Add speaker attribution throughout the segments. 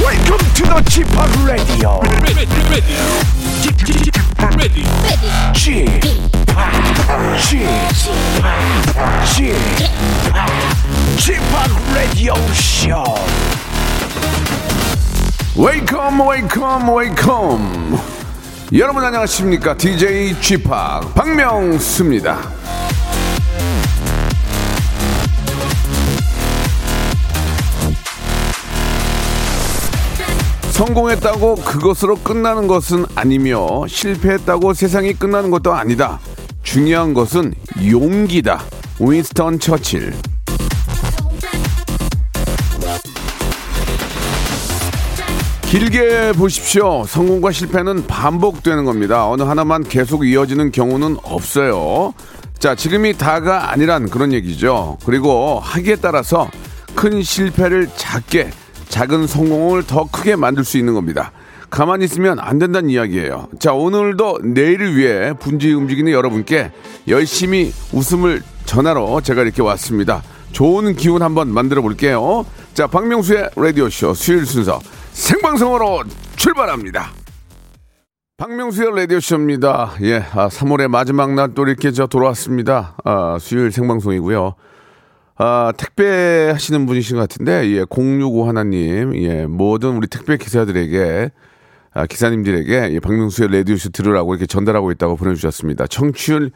Speaker 1: Welcome to the Chip Radio.
Speaker 2: ready, ready, ready,
Speaker 1: Chip, Chip, Chip, Chip Radio Show.
Speaker 3: 웨이컴 웨이컴 웨이컴 여러분 안녕하십니까 DJ g p 박명수입니다 성공했다고 그것으로 끝나는 것은 아니며 실패했다고 세상이 끝나는 것도 아니다 중요한 것은 용기다 윈스턴 처칠 길게 보십시오. 성공과 실패는 반복되는 겁니다. 어느 하나만 계속 이어지는 경우는 없어요. 자, 지금이 다가 아니란 그런 얘기죠. 그리고 하기에 따라서 큰 실패를 작게, 작은 성공을 더 크게 만들 수 있는 겁니다. 가만히 있으면 안 된다는 이야기예요. 자, 오늘도 내일을 위해 분주히 움직이는 여러분께 열심히 웃음을 전하러 제가 이렇게 왔습니다. 좋은 기운 한번 만들어 볼게요. 자, 박명수의 라디오쇼 수요일 순서 생방송으로 출발합니다. 박명수의 라디오쇼입니다. 예, 아, 3월의 마지막 날 또 이렇게 저 돌아왔습니다. 아, 수요일 생방송이고요. 아, 택배 하시는 분이신 것 같은데, 예, 065 하나님, 예, 모든 우리 택배 기사들에게, 아, 기사님들에게, 예, 박명수의 라디오쇼 들으라고 이렇게 전달하고 있다고 보내주셨습니다. 청취율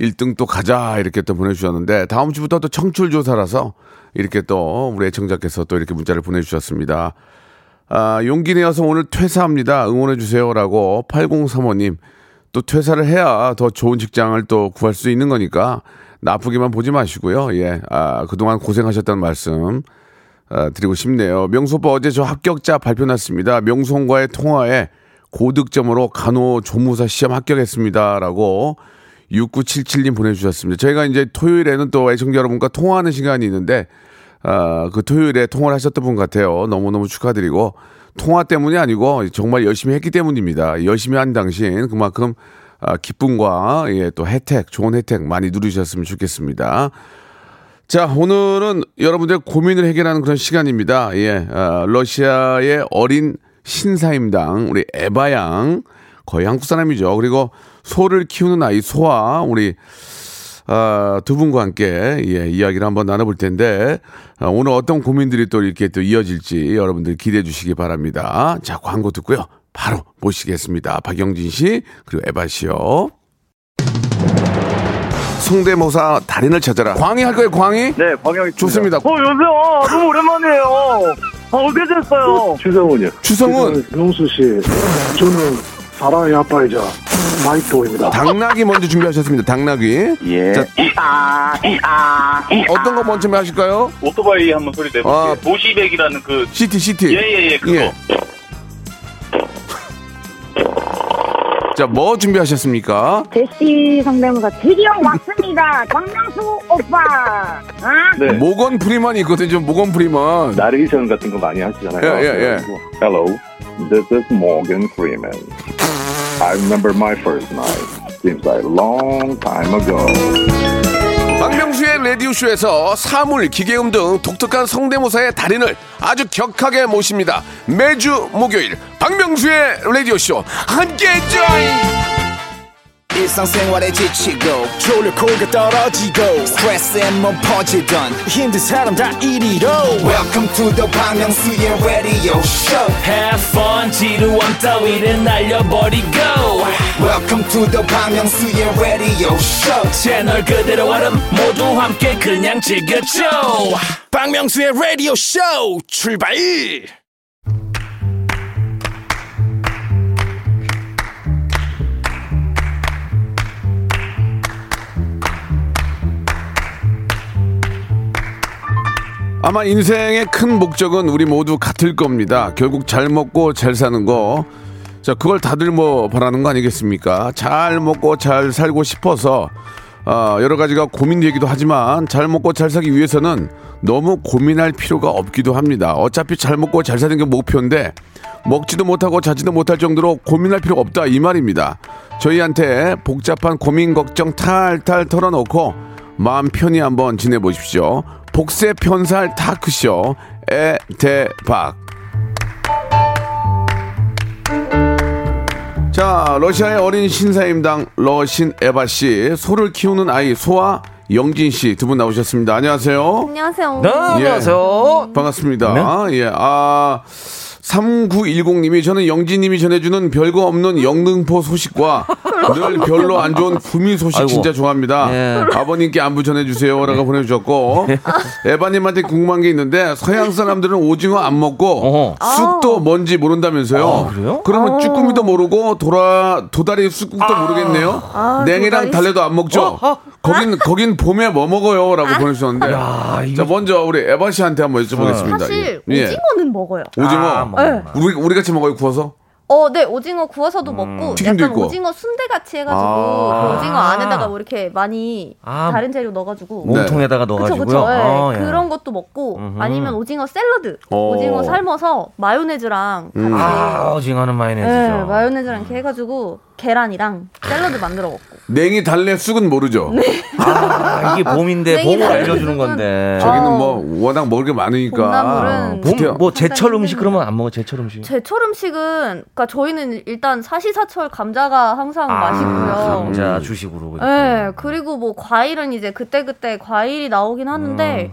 Speaker 3: 1등 또 가자, 이렇게 또 보내주셨는데, 다음 주부터 또 청취율 조사라서, 이렇게 또 우리 애청자께서 또 이렇게 문자를 보내주셨습니다. 아, 용기 내어서 오늘 퇴사합니다. 응원해주세요라고 8035님. 또 퇴사를 해야 더 좋은 직장을 또 구할 수 있는 거니까 나쁘게만 보지 마시고요. 예. 아, 그동안 고생하셨다는 말씀 아, 드리고 싶네요. 명수 오빠 어제 저 합격자 발표 났습니다. 명수홍과의 통화에 고득점으로 간호조무사 시험 합격했습니다라고 6977님 보내주셨습니다. 저희가 이제 토요일에는 또 애청자 여러분과 통화하는 시간이 있는데 아, 그 토요일에 통화를 하셨던 분 같아요. 너무너무 축하드리고 통화 때문이 아니고 정말 열심히 했기 때문입니다. 열심히 한 당신 그만큼 아, 기쁨과 예, 또 혜택, 좋은 혜택 많이 누리셨으면 좋겠습니다. 자, 오늘은 여러분들의 고민을 해결하는 그런 시간입니다. 예, 아, 러시아의 어린 신사임당, 우리 에바양, 거의 한국 사람이죠. 그리고 소를 키우는 아이 소아, 우리 아, 두 분과 함께 예, 이야기를 한번 나눠볼 텐데 아, 오늘 어떤 고민들이 또 이렇게 또 이어질지 여러분들 기대해 주시기 바랍니다. 자, 광고 듣고요. 바로 모시겠습니다. 박영진 씨 그리고 에바 씨요. 성대모사 달인을 찾아라. 광희 할 거예요, 광희?
Speaker 4: 네, 광영이
Speaker 3: 좋습니다.
Speaker 4: 어, 여보세요. 아, 너무 오랜만이에요. 아, 어떻게 됐어요?
Speaker 5: 추성훈이요.
Speaker 3: 추성훈,
Speaker 5: 명수 그 씨, 저는 사랑의 아빠이자 마이토입니다.
Speaker 3: 당나귀 먼저 준비하셨습니다. 당나귀.
Speaker 4: 예.
Speaker 3: 자, 어떤 거 먼저 하실까요?
Speaker 6: 오토바이 한번 소리 내볼게요.
Speaker 3: 아.
Speaker 6: 도시백이라는 그
Speaker 3: 시티, 시티.
Speaker 6: 예예예 그거
Speaker 3: 예. 자, 뭐 준비하셨습니까?
Speaker 7: 제시 성대모사 드디어 왔습니다. 강명수 오빠. 아,
Speaker 5: 네.
Speaker 3: 모건 프리먼이 있거든요. 모건 프리먼.
Speaker 5: 나레이션 같은 거 많이 하시잖아요.
Speaker 3: 예, 예, 예.
Speaker 5: Hello, this is Morgan Freeman. I remember my first night. Seems like a long time ago.
Speaker 3: 박명수의 라디오쇼에서 사물, 기계음 등 독특한 성대모사의 달인을 아주 격하게 모십니다. 매주 목요일 박명수의 라디오쇼 함께 join!
Speaker 8: 일상생활에 지치고, 졸려 코가 떨어지고, 스트레스에 몸 퍼지던, 힘든 사람 다 이리로. welcome to the Bang Myung-soo's radio show
Speaker 2: Have fun 지루함 따위를 날려버리고
Speaker 8: welcome to the Bang Myung-soo's radio show
Speaker 2: 채널 그대로 와름 모두 함께 그냥 즐겨줘 박명수의 라디오 쇼 출발
Speaker 3: 아마 인생의 큰 목적은 우리 모두 같을 겁니다. 결국 잘 먹고 잘 사는 거. 자, 그걸 다들 뭐 바라는 거 아니겠습니까? 잘 먹고 잘 살고 싶어서 아, 여러 가지가 고민되기도 하지만 잘 먹고 잘 사기 위해서는 너무 고민할 필요가 없기도 합니다. 어차피 잘 먹고 잘 사는 게 목표인데 먹지도 못하고 자지도 못할 정도로 고민할 필요가 없다 이 말입니다. 저희한테 복잡한 고민 걱정 탈탈 털어놓고 마음 편히 한번 지내보십시오. 복세 편살 다크쇼 에대박 자, 러시아의 어린 신사임당 러신 에바 씨, 소를 키우는 아이 소아 영진 씨 두 분 나오셨습니다. 안녕하세요.
Speaker 9: 안녕하세요.
Speaker 2: 안녕하세요.
Speaker 3: 예.
Speaker 2: 네.
Speaker 3: 반갑습니다. 예. 아 3910님이 저는 영진님이 전해주는 별거 없는 영등포 소식과 늘 별로 안 좋은 구미 소식
Speaker 2: 아이고. 네.
Speaker 3: 진짜 좋아합니다.
Speaker 2: 예.
Speaker 3: 아버님께 안부 전해주세요라고 보내주셨고 에바님한테 궁금한 게 있는데 서양 사람들은 오징어 안 먹고
Speaker 2: 어허.
Speaker 9: 아.
Speaker 2: 아,
Speaker 3: 쑥도 뭔지 모른다면서요.
Speaker 2: 그래요?
Speaker 3: 그러면 쭈꾸미도 모르고 도라 도다리 쑥국도 모르겠네요. 냉이랑
Speaker 9: 아. 도다리
Speaker 3: 달래도 안 먹죠. 거긴 거긴 봄에 뭐
Speaker 9: 아.
Speaker 3: 먹어요라고 보내주셨는데.
Speaker 2: 야,
Speaker 3: 자
Speaker 2: 이거
Speaker 3: 먼저 우리 에바 씨한테 한번 여쭤보겠습니다.
Speaker 9: 어. 사실
Speaker 3: 예.
Speaker 9: 오징어는 네. 먹어요.
Speaker 3: 오징어.
Speaker 2: 아, 먹는구나.
Speaker 3: 우리 우리 같이 먹어요 구워서.
Speaker 9: 어, 네, 오징어 구워서도 먹고
Speaker 3: 튀김도
Speaker 9: 약간
Speaker 3: 있고.
Speaker 9: 오징어 순대 같이 해가지고
Speaker 3: 아.
Speaker 9: 그 오징어 안에다가 뭐 이렇게 많이
Speaker 2: 아.
Speaker 9: 다른 재료 넣어가지고
Speaker 3: 네.
Speaker 2: 몸통에다가
Speaker 9: 그쵸
Speaker 2: 넣어가지고요.
Speaker 9: 그쵸 예.
Speaker 2: 아, 예.
Speaker 9: 그런 것도 먹고 아니면 오징어 샐러드
Speaker 3: 오.
Speaker 9: 오징어 삶어서 마요네즈랑 같이
Speaker 2: 아, 오징어는
Speaker 9: 예,
Speaker 2: 마요네즈죠.
Speaker 9: 마요네즈랑 이렇게 해가지고 계란이랑 샐러드 만들어 먹고
Speaker 3: 네. 냉이 달래 쑥은 모르죠.
Speaker 9: 네.
Speaker 2: 아, 이게 봄인데
Speaker 9: 냉이
Speaker 2: 봄을
Speaker 9: 달래
Speaker 2: 알려주는 건데.
Speaker 9: 저기-
Speaker 3: 여기는
Speaker 9: 어.
Speaker 3: 뭐 워낙 먹을 게 많으니까.
Speaker 9: 봄나물은
Speaker 3: 부태어.
Speaker 2: 봄, 뭐 제철
Speaker 9: 상당히
Speaker 2: 음식 그러면 안 먹어 제철 음식.
Speaker 9: 제철 음식은 그러니까 저희는 일단 사시사철 감자가 항상
Speaker 2: 아,
Speaker 3: 음.
Speaker 9: 맛있고요
Speaker 2: 감자 주식으로.
Speaker 9: 예, 그리고 뭐 과일은 이제 그때그때 과일이 나오긴 하는데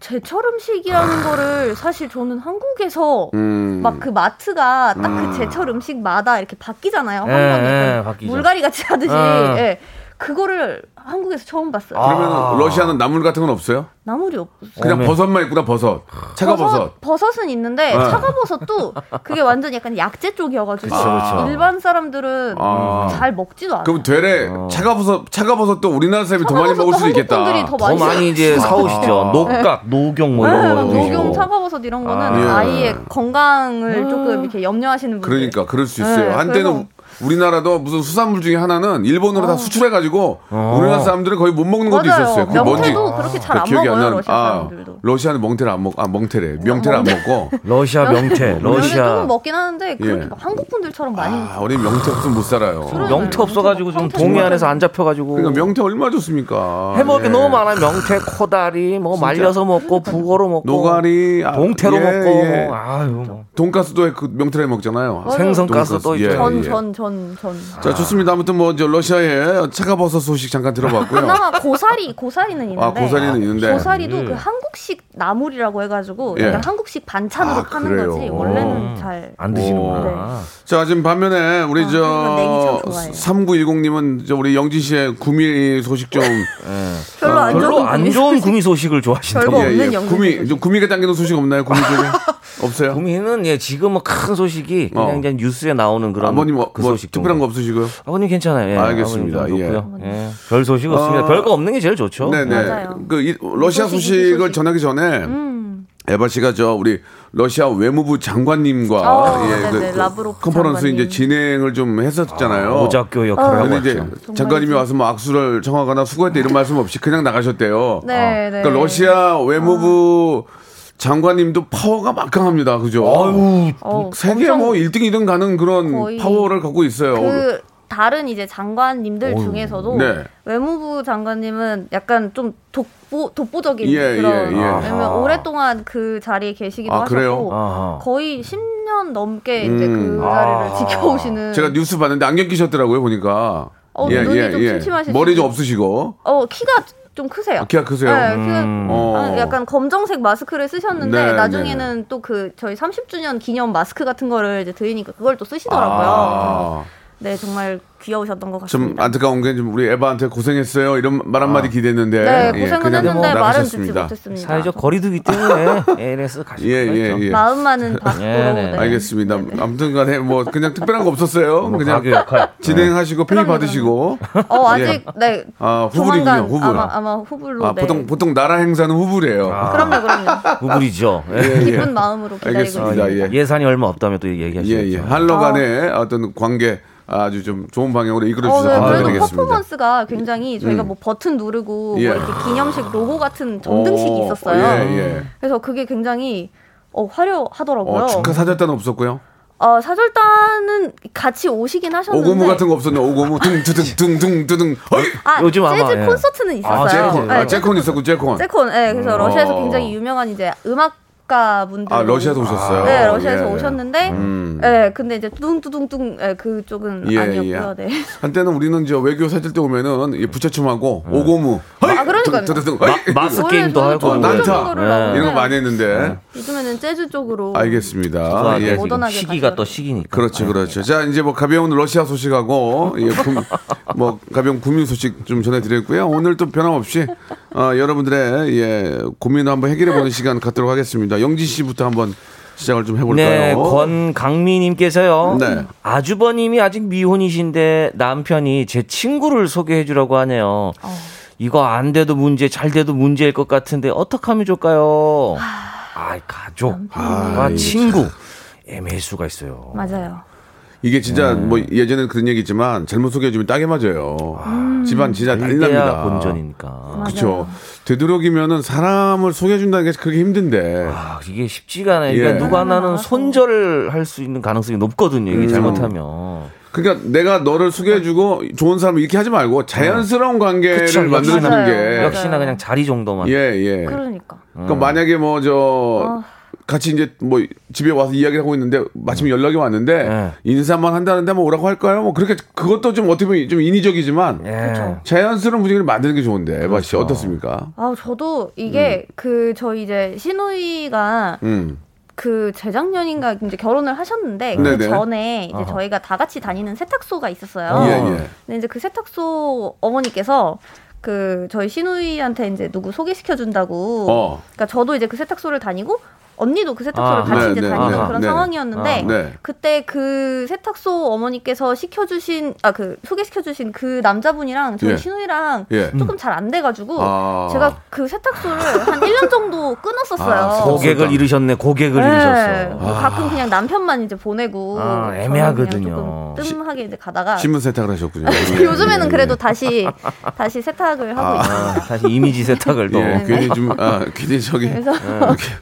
Speaker 9: 제철 음식이라는 거를 사실 저는 한국에서
Speaker 3: 음.
Speaker 9: 막 그 마트가 딱 그 제철 음식마다 이렇게 바뀌잖아요.
Speaker 2: 예,
Speaker 9: 한 번에
Speaker 2: 예, 바뀌죠.
Speaker 9: 물갈이 같이 하듯이.
Speaker 2: 아.
Speaker 9: 예. 그거를 한국에서 처음 봤어요.
Speaker 2: 아.
Speaker 3: 그러면 러시아는 나물 같은 건 없어요?
Speaker 9: 나물이 없어요.
Speaker 3: 그냥
Speaker 2: 어메.
Speaker 3: 버섯만 있구나 버섯. 차가버섯.
Speaker 9: 버섯은 있는데
Speaker 3: 네.
Speaker 9: 차가버섯도 그게 완전 약간 약재 쪽이어가지고
Speaker 2: 그쵸, 그쵸.
Speaker 9: 일반 사람들은
Speaker 3: 아.
Speaker 9: 잘 먹지도 않아요.
Speaker 3: 그럼 되레 차가버섯 차가버섯도 우리나라 사람이 더 많이
Speaker 9: 차가버섯도
Speaker 3: 먹을 수도
Speaker 9: 한국
Speaker 3: 있겠다.
Speaker 9: 분들이 더
Speaker 2: 더 많이 이제
Speaker 3: 아.
Speaker 2: 사오시죠. 녹각, 노경 뭐 이런 거.
Speaker 9: 아, 녹용 차가버섯 이런 거는
Speaker 2: 아.
Speaker 3: 예.
Speaker 9: 아. 이의 건강을 조금 이렇게 염려하시는 분들.
Speaker 3: 그러니까 그럴 수 있어요.
Speaker 9: 네,
Speaker 3: 한때는 우리나라도 무슨 수산물 중에 하나는 일본으로 다 수출해가지고
Speaker 2: 어.
Speaker 3: 우리나라 사람들은 거의 못 먹는 것도 있었어요.
Speaker 9: 아. 맞아요.
Speaker 3: 그게 뭔지
Speaker 9: 명태도 그렇게 잘 안
Speaker 3: 기억이 안
Speaker 9: 먹어요
Speaker 3: 나는.
Speaker 9: 러시아
Speaker 3: 아,
Speaker 9: 사람들도.
Speaker 3: 러시아는 멍테를 안 먹, 아 멍테래 명태를 안 먹고.
Speaker 2: 러시아 명태,
Speaker 9: 조금
Speaker 2: 러시아.
Speaker 9: 먹긴 하는데 그렇게
Speaker 3: 예.
Speaker 9: 막 한국 분들처럼 많이
Speaker 3: 아 우리 명태 없으면 못 살아요.
Speaker 9: 그런-
Speaker 2: 명태 없어가지고 좀
Speaker 9: 명태
Speaker 2: 동해안에서 안 잡혀가지고.
Speaker 3: 그러니까 명태 얼마 좋습니까?
Speaker 2: 해먹을 게
Speaker 3: 예.
Speaker 2: 너무 많아요. 명태, 코다리, 뭐 말려서 먹고, 북어로 먹고,
Speaker 3: 노가리, 아,
Speaker 2: 동태로
Speaker 3: 예,
Speaker 2: 먹고,
Speaker 3: 예.
Speaker 2: 아유, 뭐.
Speaker 3: 돈가스도 그 명태를 해 먹잖아요.
Speaker 9: 어.
Speaker 2: 생선가스
Speaker 3: 돈가스,
Speaker 2: 또
Speaker 3: 예.
Speaker 2: 있죠.
Speaker 9: 전 전 전 전.
Speaker 3: 자 좋습니다. 아무튼 뭐 저 러시아의 차가버섯 소식 잠깐 들어봤고요.
Speaker 9: 그나마 고사리 고사리는 있는데.
Speaker 3: 아 고사리는 있는데.
Speaker 9: 고사리도
Speaker 2: 음.
Speaker 9: 그 한국식 나물이라고 해가지고
Speaker 3: 예.
Speaker 9: 약간 한국식 반찬으로
Speaker 3: 아,
Speaker 9: 파는
Speaker 3: 그래요? 아,
Speaker 9: 거지
Speaker 2: 오.
Speaker 9: 원래는 잘.
Speaker 2: 안 드시는구나.
Speaker 9: 네.
Speaker 3: 자, 지금 반면에 우리
Speaker 9: 아, 그건 내기
Speaker 3: 저
Speaker 9: 참 좋아요.
Speaker 3: 3910님은 저 우리 영진 씨의 구미 소식 좀
Speaker 9: 별로 안 좋은
Speaker 2: 별로 안
Speaker 9: 분이-
Speaker 2: 좋은 구미 소식을 좋아하신다.
Speaker 9: 별거 없는 영진
Speaker 3: 예, 구미
Speaker 9: 소식.
Speaker 3: 좀 구미가 당기는 소식 없나요? 구미 쪽에 없어요.
Speaker 2: 구미는 예 지금 뭐 큰 소식이 그냥
Speaker 3: 어.
Speaker 2: 이제 뉴스에 나오는 그런
Speaker 3: 아버님 뭐,
Speaker 2: 그
Speaker 3: 뭐
Speaker 2: 소식
Speaker 3: 특별한
Speaker 2: 정도.
Speaker 3: 거 없으시고요?
Speaker 2: 아버님 괜찮아요. 예,
Speaker 3: 알겠습니다.
Speaker 2: 아버님
Speaker 3: 예.
Speaker 2: 좋고요. 예. 별 소식 없습니다.
Speaker 3: 아.
Speaker 2: 별거 없는 게 제일 좋죠.
Speaker 3: 네네.
Speaker 9: 맞아요.
Speaker 3: 그 이- 러시아
Speaker 9: 소식이
Speaker 3: 소식을
Speaker 9: 소식. 음.
Speaker 3: 전하기 전에 에바 씨가 저 우리 러시아 외무부 장관님과 예, 그
Speaker 9: 어, 네네. 라브로프
Speaker 3: 컨퍼런스
Speaker 9: 장관님.
Speaker 3: 이제 진행을 좀 했었잖아요.
Speaker 2: 오작교 역할을 하고
Speaker 3: 근데
Speaker 2: 왔죠.
Speaker 3: 이제 작가님이 와서 뭐 악수를 청하거나 수고했다 이런 말씀 없이 그냥 나가셨대요.
Speaker 9: 네, 네.
Speaker 3: 그러니까 러시아 외무부 장관님도 파워가 막강합니다. 그죠?
Speaker 2: 아유,
Speaker 9: 어,
Speaker 3: 세계
Speaker 9: 엄청
Speaker 3: 뭐 1등, 2등 가는 그런
Speaker 9: 거의
Speaker 3: 파워를 갖고 있어요.
Speaker 9: 그 다른 이제 장관님들 중에서도
Speaker 3: 네.
Speaker 9: 외무부 장관님은 약간 좀 독보 독보적인
Speaker 3: 예,
Speaker 9: 그런
Speaker 3: 예, 예.
Speaker 9: 왜냐면 오랫동안 그 자리에 계시기도
Speaker 3: 아,
Speaker 9: 하셨고
Speaker 3: 그래요?
Speaker 2: 아하.
Speaker 9: 거의 10년 넘게 이제
Speaker 3: 음.
Speaker 9: 그 자리를 지켜오시는
Speaker 3: 제가 뉴스 봤는데 안경 끼셨더라고요, 보니까.
Speaker 9: 그
Speaker 3: 예,
Speaker 9: 어, 눈이 좀 침침하시죠?
Speaker 3: 머리 좀 없으시고.
Speaker 9: 어 키가 좀 크세요.
Speaker 3: 아, 키가 크세요?
Speaker 9: 네, 키가-
Speaker 3: 어.
Speaker 9: 아, 약간 검정색 마스크를 쓰셨는데
Speaker 3: 네,
Speaker 9: 나중에는 또 그 저희 30주년 기념 마스크 같은 거를 이제 드리니까 그걸 또 쓰시더라고요.
Speaker 3: 아,
Speaker 9: 네 정말 귀여우셨던 것
Speaker 3: 좀
Speaker 9: 같습니다.
Speaker 3: 안타까운 게 좀 우리 에바한테 고생했어요. 이런 말 한마디 기대했는데.
Speaker 9: 네
Speaker 3: 예,
Speaker 9: 고생은
Speaker 3: 그냥
Speaker 9: 했는데 말은 듣지
Speaker 3: 나가셨습니다.
Speaker 9: 못했습니다.
Speaker 2: 사회적 거리두기 때문에 ALS 가실
Speaker 3: 예,
Speaker 2: 수가
Speaker 3: 예,
Speaker 2: 있죠.
Speaker 3: 예.
Speaker 9: 마음만은 밖으로.
Speaker 2: 네, 네.
Speaker 9: 아, 네.
Speaker 3: 알겠습니다. 아무튼 간에 뭐 그냥 특별한 거 없었어요. 그냥
Speaker 10: 네.
Speaker 2: 가교 역할.
Speaker 3: 진행하시고 페이
Speaker 9: 그럼요,
Speaker 3: 받으시고.
Speaker 9: 어 아직 네.
Speaker 3: 예. 아, 후불이군요,
Speaker 9: 조만간
Speaker 3: 후불.
Speaker 9: 아마 아마 후불로.
Speaker 3: 아,
Speaker 9: 네.
Speaker 3: 보통 보통 나라 행사는 후불이에요.
Speaker 10: 아.
Speaker 9: 그럼요, 그럼요.
Speaker 2: 우불이죠. 아, 예. 아,
Speaker 9: 기쁜 마음으로 기다리고
Speaker 3: 아, 알겠습니다. 예.
Speaker 9: 있습니다.
Speaker 2: 예산이 얼마 없다면 또 얘기하시죠.
Speaker 3: 예, 예.
Speaker 9: 아.
Speaker 3: 한러 간의 어떤 관계 아주 좀 좋은 방향으로 이끌어
Speaker 9: 어, 네,
Speaker 3: 주셔서
Speaker 9: 그래도
Speaker 3: 감사드리겠습니다. 음.
Speaker 9: 퍼포먼스가 굉장히 저희가 뭐 버튼 누르고
Speaker 3: 예.
Speaker 9: 뭐 이렇게 기념식 로고 같은 전등식이
Speaker 3: 오,
Speaker 9: 있었어요.
Speaker 3: 예, 예.
Speaker 9: 그래서 그게 굉장히 어, 화려하더라고요.
Speaker 3: 어, 축하 사절단 없었고요.
Speaker 9: 어, 사절단은 같이 오시긴 하셨는데
Speaker 3: 오고무 같은 거 없었나? 오고무 둥두둥둥둥두둥. 어이!
Speaker 9: 아,
Speaker 2: 요즘 아마,
Speaker 9: 재즈
Speaker 2: 예.
Speaker 9: 콘서트는 있었어요.
Speaker 3: 아, 콘
Speaker 9: 네,
Speaker 3: 아, 콘 있었고 콘
Speaker 9: 재콘, 예, 그래서
Speaker 3: 어.
Speaker 9: 러시아에서 굉장히 유명한 이제 음악 국가 분들.
Speaker 3: 아, 러시아에서 오셨어요?
Speaker 9: 네, 러시아에서
Speaker 3: 예, 예.
Speaker 9: 오셨는데,
Speaker 3: 음.
Speaker 9: 예, 근데 이제 뚱뚱뚱뚱 예, 그쪽은 아니었고요.
Speaker 3: 예.
Speaker 9: 네.
Speaker 3: 한때는 우리는 저 외교 사절 때 오면은 이 부채춤하고 오고무.
Speaker 9: 아, 그러니까요.
Speaker 3: 음. 마,
Speaker 9: 마스 게임도 하고.
Speaker 3: 어, 난타
Speaker 2: 예.
Speaker 9: 그런 거를
Speaker 3: 이런 거
Speaker 9: 하고.
Speaker 3: 많이 했는데.
Speaker 9: 요즘에는 재즈 쪽으로.
Speaker 3: 알겠습니다. 예.
Speaker 9: 죄송하지만 모던하게 시기가
Speaker 3: 또 시기니까. 그렇죠, 그렇죠. 자, 이제 뭐 가벼운 러시아 소식하고 예, 구- 뭐 가벼운 국민 소식 좀 전해드렸고요. 오늘 또 변함없이 어, 여러분들의 예, 고민을 한번 해결해보는 시간 갖도록 하겠습니다. 영지 씨부터 한번 시작을 좀
Speaker 10: 네,
Speaker 3: 해볼까요?
Speaker 10: 권강미님께서요.
Speaker 3: 네.
Speaker 10: 아주버님이 아직 미혼이신데 남편이 제 친구를 소개해주라고 하네요. 이거 안 돼도 문제, 잘 돼도 문제일 것 같은데 어떻게 하면 좋을까요? 아, 가족, 아,
Speaker 3: 아이,
Speaker 10: 친구 애매할 수가 있어요.
Speaker 9: 맞아요.
Speaker 3: 이게 진짜
Speaker 10: 네.
Speaker 3: 뭐 예전엔 그런 얘기지만 잘못 소개해주면 딱에 맞아요.
Speaker 9: 음.
Speaker 3: 집안 진짜 난리
Speaker 10: 일대야
Speaker 3: 납니다.
Speaker 10: 본전이니까.
Speaker 3: 그렇죠. 되도록이면은 사람을 소개해준다는 게 그렇게 힘든데.
Speaker 10: 아, 이게 쉽지가 않아요.
Speaker 3: 예.
Speaker 10: 그러니까 누구 하나는 손절을 할 수 있는 가능성이 높거든요. 이게
Speaker 3: 음.
Speaker 10: 잘못하면.
Speaker 3: 그러니까 내가 너를 소개해주고 좋은 사람을 이렇게 하지 말고 자연스러운 관계를
Speaker 10: 아, 그쵸,
Speaker 3: 만들어주는
Speaker 10: 역시나,
Speaker 3: 게
Speaker 10: 역시나 그냥 자리 정도만.
Speaker 3: 예 예.
Speaker 9: 그러니까.
Speaker 3: 그러니까 만약에 뭐
Speaker 9: 어.
Speaker 3: 저 같이 이제 뭐 집에 와서 이야기를 하고 있는데 마침 연락이 왔는데 인사만 한다는데 뭐 오라고 할까요? 뭐 그렇게 그것도 좀 어떻게 보면 좀 인위적이지만
Speaker 10: 예.
Speaker 3: 자연스러운 분위기를 만드는 게 좋은데 마씨 어떻습니까?
Speaker 9: 아, 저도 이게 그 저 이제 시누이가
Speaker 3: 음.
Speaker 9: 그 재작년인가 이제 결혼을 하셨는데 그
Speaker 3: 네네.
Speaker 9: 전에 이제
Speaker 3: 아하.
Speaker 9: 저희가 다 같이 다니는 세탁소가 있었어요.
Speaker 3: 예, 예.
Speaker 9: 근데 이제 그 세탁소 어머니께서 그 저희 시누이한테 이제 누구 소개시켜 준다고.
Speaker 11: 어.
Speaker 9: 그러니까 저도 이제 그 세탁소를 다니고 언니도 그 세탁소를
Speaker 11: 아,
Speaker 9: 같이
Speaker 11: 네,
Speaker 9: 이제
Speaker 11: 네,
Speaker 9: 다니는
Speaker 11: 네,
Speaker 9: 그런
Speaker 11: 네.
Speaker 9: 상황이었는데
Speaker 11: 아, 네.
Speaker 9: 그때 그 세탁소 어머니께서 시켜주신 아 그 소개시켜주신 그 남자분이랑 저희
Speaker 11: 예.
Speaker 9: 시누이랑
Speaker 11: 예.
Speaker 9: 조금 잘 안 돼가지고
Speaker 10: 아.
Speaker 9: 제가 그 세탁소를 한 1년 정도 끊었었어요.
Speaker 11: 아,
Speaker 3: 아,
Speaker 10: 고객을 잃으셨네. 고객을
Speaker 9: 네.
Speaker 10: 잃으셨어.
Speaker 9: 가끔 그냥 남편만 이제 보내고
Speaker 10: 아,
Speaker 9: 저는
Speaker 10: 애매하거든요.
Speaker 9: 그냥 뜸하게 이제 가다가
Speaker 3: 신문 세탁을 하셨군요.
Speaker 9: 아,
Speaker 3: 예,
Speaker 11: 예,
Speaker 9: 요즘에는 그래도 다시 다시 세탁을 하고
Speaker 11: 아,
Speaker 9: 있어요.
Speaker 10: 다시 아, 이미지 세탁을 또.
Speaker 3: 예, 괜히 좀, 아, 괜히 저기.
Speaker 9: 네. 그래서-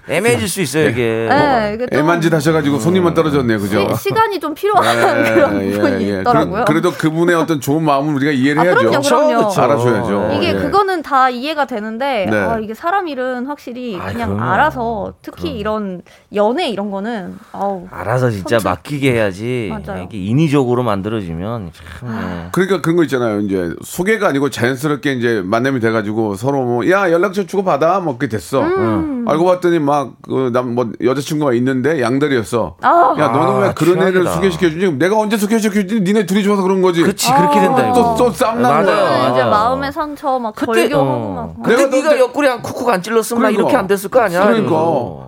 Speaker 10: 예. 애매해질 수 있어요, 이게.
Speaker 9: 네, 이게 좀-
Speaker 3: 애만짓 하셔가지고 손님만 떨어졌네요, 그죠?
Speaker 9: 시, 간이좀 필요한 그런 부분이 있더라고요.
Speaker 3: 예, 그, 래도 그분의 어떤 좋은 마음은 우리가 이해를
Speaker 9: 아,
Speaker 3: 해야죠.
Speaker 9: 그럼요, 그럼요. 그쵸, 그쵸.
Speaker 3: 알아줘야죠.
Speaker 9: 이게
Speaker 3: 예.
Speaker 9: 그거는 다 이해가 되는데
Speaker 3: 네. 아,
Speaker 9: 아, 이게 사람 일은 확실히 그냥
Speaker 10: 그럼요.
Speaker 9: 알아서 특히 이런 연애 이런 거는 아우
Speaker 10: 알아서 진짜 맡기게 해야지.
Speaker 9: 맞아요.
Speaker 10: 이게 인위적으로 만들어지면 참. 예.
Speaker 3: 그러니까 그런 거 있잖아요. 이제 소개가 아니고 자연스럽게 이제 만남이 돼가지고 서로 뭐, 야, 연락처 주고 받아. 뭐, 그렇게 됐어.
Speaker 9: 음.
Speaker 3: 알고 봤더니 막, 그, 남, 뭐, 여자친구가 있는데 양다리였어.
Speaker 9: 아.
Speaker 3: 야, 너는 왜
Speaker 10: 아,
Speaker 3: 그런 애를
Speaker 10: 최악이다.
Speaker 3: 소개시켜주니? 내가 언제 소개시켜주니? 니네 둘이 좋아서 그런 거지.
Speaker 10: 그치, 그렇게 된다, 이거.
Speaker 3: 또, 또 쌈난
Speaker 9: 그거는
Speaker 3: 거야.
Speaker 9: 아, 이제 마음의 상처 막
Speaker 3: 어.
Speaker 9: 절교하고 막
Speaker 10: 근데 어. 네가 옆구리 한 쿡쿡 안 찔렀으면 막 이렇게 안 됐을 거 아니야.
Speaker 3: 그러니까.